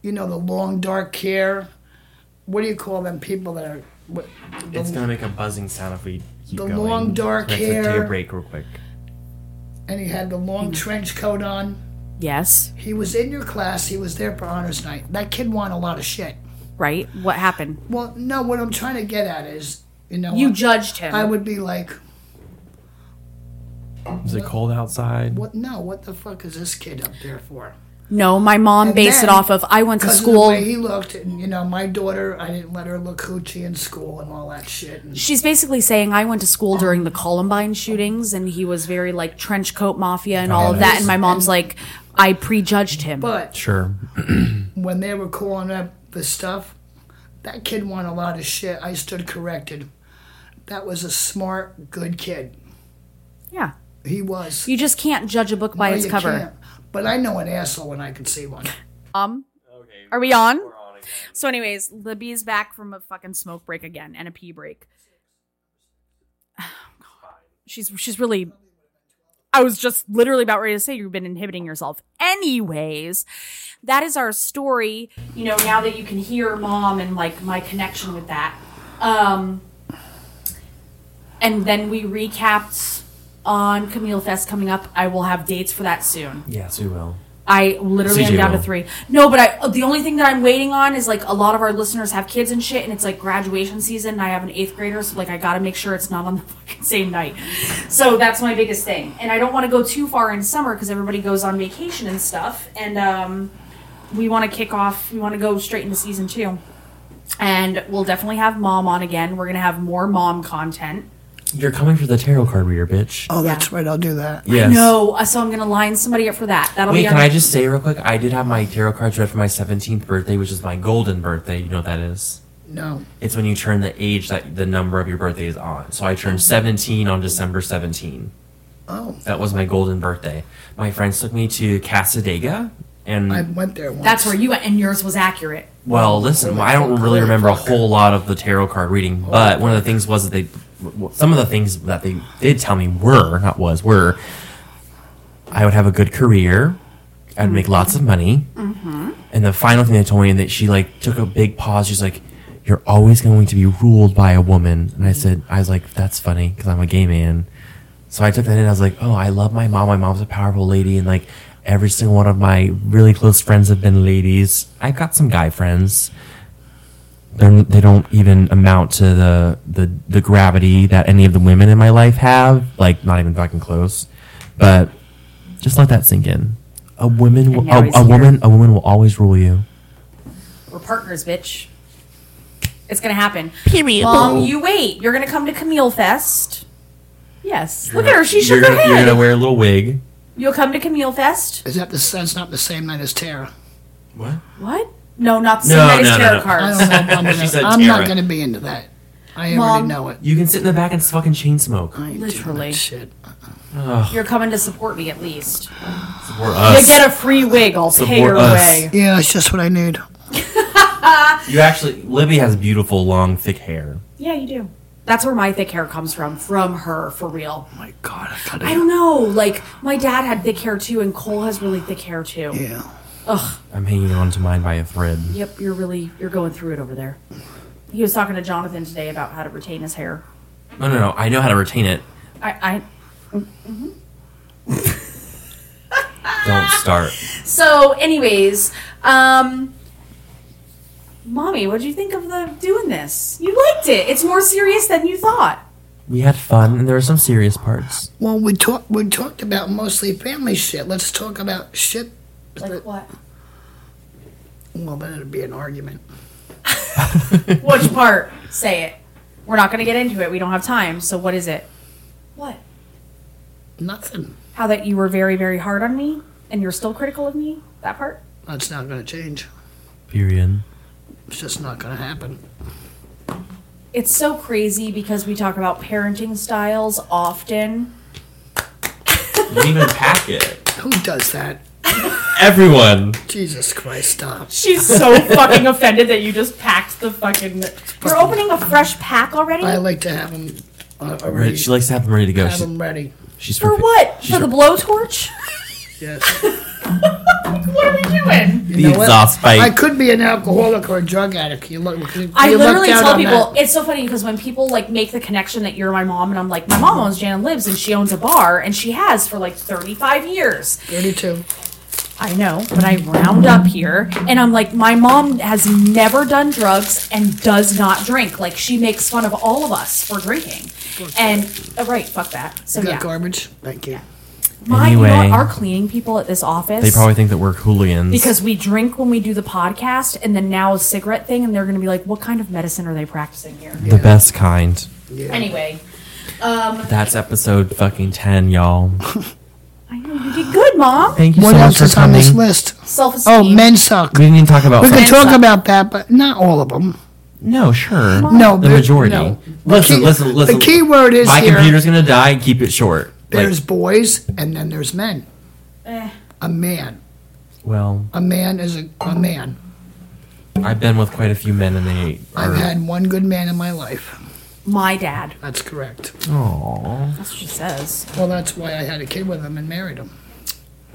you know, the long dark hair. What do you call them people that are. What, the
It's gonna make a buzzing sound if we keep
The
going.
long dark
Let's take
hair.
a break real quick.
and he had the
Hmm.
long trench coat on.
yes
He was in your class. He was there for honors night. That kid won a lot of shit.
right what happened
Well, no, what I'm trying to get at is, you know,
you
I-
judged him
I would be like,
Is it cold outside?
what? No, what the fuck is this kid up there for?
no my mom
And
based
then,
it off of i went to
Because
school
the way he looked, and you know, my daughter, I didn't let her look hoochie in school and all that shit. And
She's basically saying I went to school during the Columbine shootings, and he was very like trench coat mafia and all of that. And my mom's like, I prejudged him.
but
Sure.
when they were calling up the stuff, that kid won a lot of shit. I stood corrected. That was a smart, good kid.
yeah,
He was.
you just can't judge a book by
No,
its
you
cover.
can't. But I know an asshole when I can see one.
Um, Are we on? So, anyways, Libby's back from a fucking smoke break again and a pee break. She's she's really. I was just literally about ready to say you've been inhibiting yourself. Anyways, that is our story. You know, now that you can hear mom and like my connection with that. Um, and then we recapped on Camille Fest coming up. I will have dates for that soon.
Yes, we will.
I literally
CJ
am down
will.
to three. No, but I the only thing that I'm waiting on is like a lot of our listeners have kids and shit, and it's like graduation season, and I have an eighth grader, so like I gotta make sure it's not on the fucking same night. So that's my biggest thing, and I don't want to go too far in summer because everybody goes on vacation and stuff, and um, we want to kick off, we want to go straight into season two, and we'll definitely have mom on again. We're gonna have more mom content.
You're coming for the tarot card reader, bitch.
Oh, that's right. I'll do that.
yes.
No, uh, so I'm gonna line somebody up for that. That'll
Wait,
be.
can
on-
I just say real quick? I did have my tarot cards read for my 17th birthday, which is my golden birthday. You know what that is?
No.
It's when you turn the age that the number of your birthday is on. So I turned 17 on December 17.
Oh,
That was my golden birthday. My friends took me to Casadega, and
I went there once.
That's where you went, and yours was accurate.
Well, listen, I don't really remember a whole lot of the tarot card reading, but one of the things was that they, w- some of the things that they did tell me were, not was, were, I would have a good career, I'd make lots of money, and the final thing they told me that she like took a big pause. She's like, "You're always going to be ruled by a woman," and I said, "I was like, that's funny because I'm a gay man." So I took that in. I was like, "Oh, I love my mom. My mom's a powerful lady, and like every single one of my really close friends have been ladies. I've got some guy friends." They're, they don't even amount to the, the the gravity that any of the women in my life have. Like, not even fucking close. But just let that sink in. A woman, will,
now
a,
he's
a
here.
woman, a woman will always rule you.
We're partners, bitch. It's gonna happen.
Period.
Oh.
Mom, you wait. You're gonna come to Camille Fest. Yes. Look at her. She shook
you're,
her
gonna, you're
head.
gonna wear a little wig.
You'll come to Camille Fest.
Is that the? That's not the same night as Tara.
What?
What? No, not the
No,
same night as
no, no,
tarot
no.
I
cards.
don't know. If I'm,
She said
gonna, I'm not
Tara.
going to be into that. I
Mom.
already know it.
You can sit in the back and fucking chain smoke.
I ain't doing that
Literally.
shit.
You're coming to support me at least.
Support
You
us.
get a free wig. I'll pay
Support
your
us.
way.
Yeah, it's just what I need. Oh,
You actually, Libby has beautiful, long, thick hair.
Yeah, you do. That's where my thick hair comes from, from her, for real.
my God, I gotta.
I don't know. Like my dad had thick hair too, and Cole has really thick hair too.
yeah.
I'm hanging on to mine by a thread.
Yep, you're really you're going through it over there. He was talking to Jonathan today about how to retain his hair.
No, no, no. I know how to retain it.
I, I
Don't start.
so anyways, um Mommy, what did you think of the doing this? You liked it. It's more serious than you thought.
We had fun, and there were some serious parts.
Well, we talked. We talked about mostly family shit. Let's talk about shit.
Like what?
Well, then it'd be an argument.
Which part? Say it. We're not gonna get into it. We don't have time. So what is it? What?
Nothing.
How that you were very, very hard on me and you're still critical of me? That part?
That's not gonna change.
Period.
It's just not gonna happen.
it's so crazy because we talk about parenting styles often.
You even pack it.
Who does that?
Everyone.
Jesus Christ! Stop.
She's so fucking offended that you just packed the fucking. You're opening a fresh pack already?
I like to have them uh,
Right,
already.
She likes to have them ready to go.
Have
She's,
them ready.
she's
For
prepa-
what?
She's
For the blowtorch?
Yes.
what are we doing?
the
know what?
exhaust
I
pipe.
could be an alcoholic or a drug addict. You look. You,
I
you
literally
lucked out
tell
on
people
that.
it's so funny because when people like make the connection that you're my mom and I'm like my mom owns Jan Lives and she owns a bar and she has for like 35 years.
Thirty-two.
I know, but I round up here and I'm like, my mom has never done drugs and does not drink. Like, she makes fun of all of us for drinking. And, oh, right, fuck that. So,
Good
yeah.
garbage. Thank you.
My, you know,
Anyway.
what? our cleaning people at this office,
They probably think that we're hooligans.
because we drink when we do the podcast and then now a cigarette thing, and they're going to be like, what kind of medicine are they practicing here?
the best kind.
Anyway,
That's episode fucking 10, y'all.
I know you did good, mom.
Thank you
What
so much
else
for
is on
coming.
this list?
Self esteem.
Oh, men suck.
We didn't even talk about.
We can
Men
talk
suck.
about that, but not all of them.
no, sure.
No,
the
but-
majority.
no.
Listen,
key-
listen,
the
listen.
key word is
my
here-
computer's gonna die. Keep it short. Like,
There's boys, and then there's men.
Eh.
A man.
well,
A man is a, a man.
I've been with quite a few men, and they.
I've
Are,
had one good man in my life.
My dad.
That's correct.
Aw.
That's what she says.
Well, that's why I had a kid with him and married him.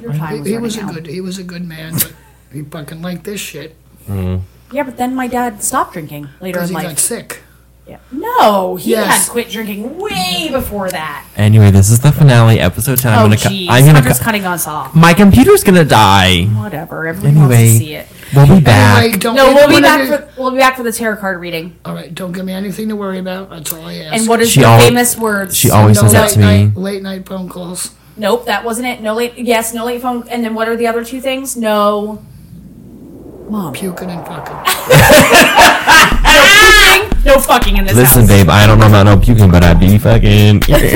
Your time was
He, he was a
running out.
good. He was a good man. But he fucking liked this shit
Yeah, but then my dad stopped drinking later
because
in
he
life.
got sick.
Yeah. No, he
Yes.
had quit drinking way before that.
Anyway, this is the finale episode. Time.
oh,
I'm gonna. cu-
jeez.
I'm gonna.
Hunter's
cu-
cutting us off.
my computer's gonna die.
Whatever. Everyone wants to see
Anyway,
it.
we'll be back.
Anyway, don't
No,
get-
we'll
what
be
I
back
did-
for we'll be back for the tarot card reading.
All right, don't give me anything to worry about. That's all I ask.
And what is
She
the
always-
famous words?
she always
no
says that
late
to me.
night, late night phone calls.
Nope, that wasn't it. No late. Yes, no late phone. And then what are the other two things? No. Mom.
Puking and fucking.
No fucking in this
Listen,
house.
babe, I don't know about no puking, but I'd be fucking.
You
Okay,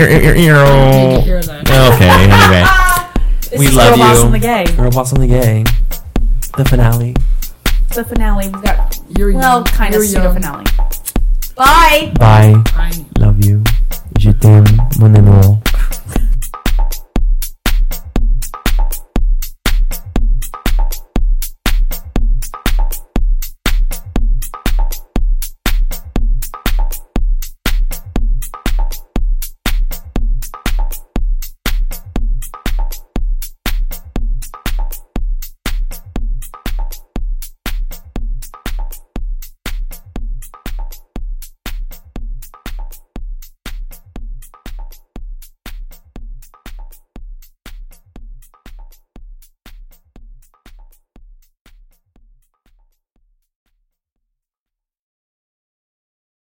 hear that?
anyway.
This
We
is
love
Girl Boss
you.
and the Gay.
Girl Boss on the Gay. The finale.
The finale. We got
You're
well,
young.
kind
You're
of pseudo
young.
finale. Bye.
Bye.
Fine.
Love you. Je t'aime, mon amour.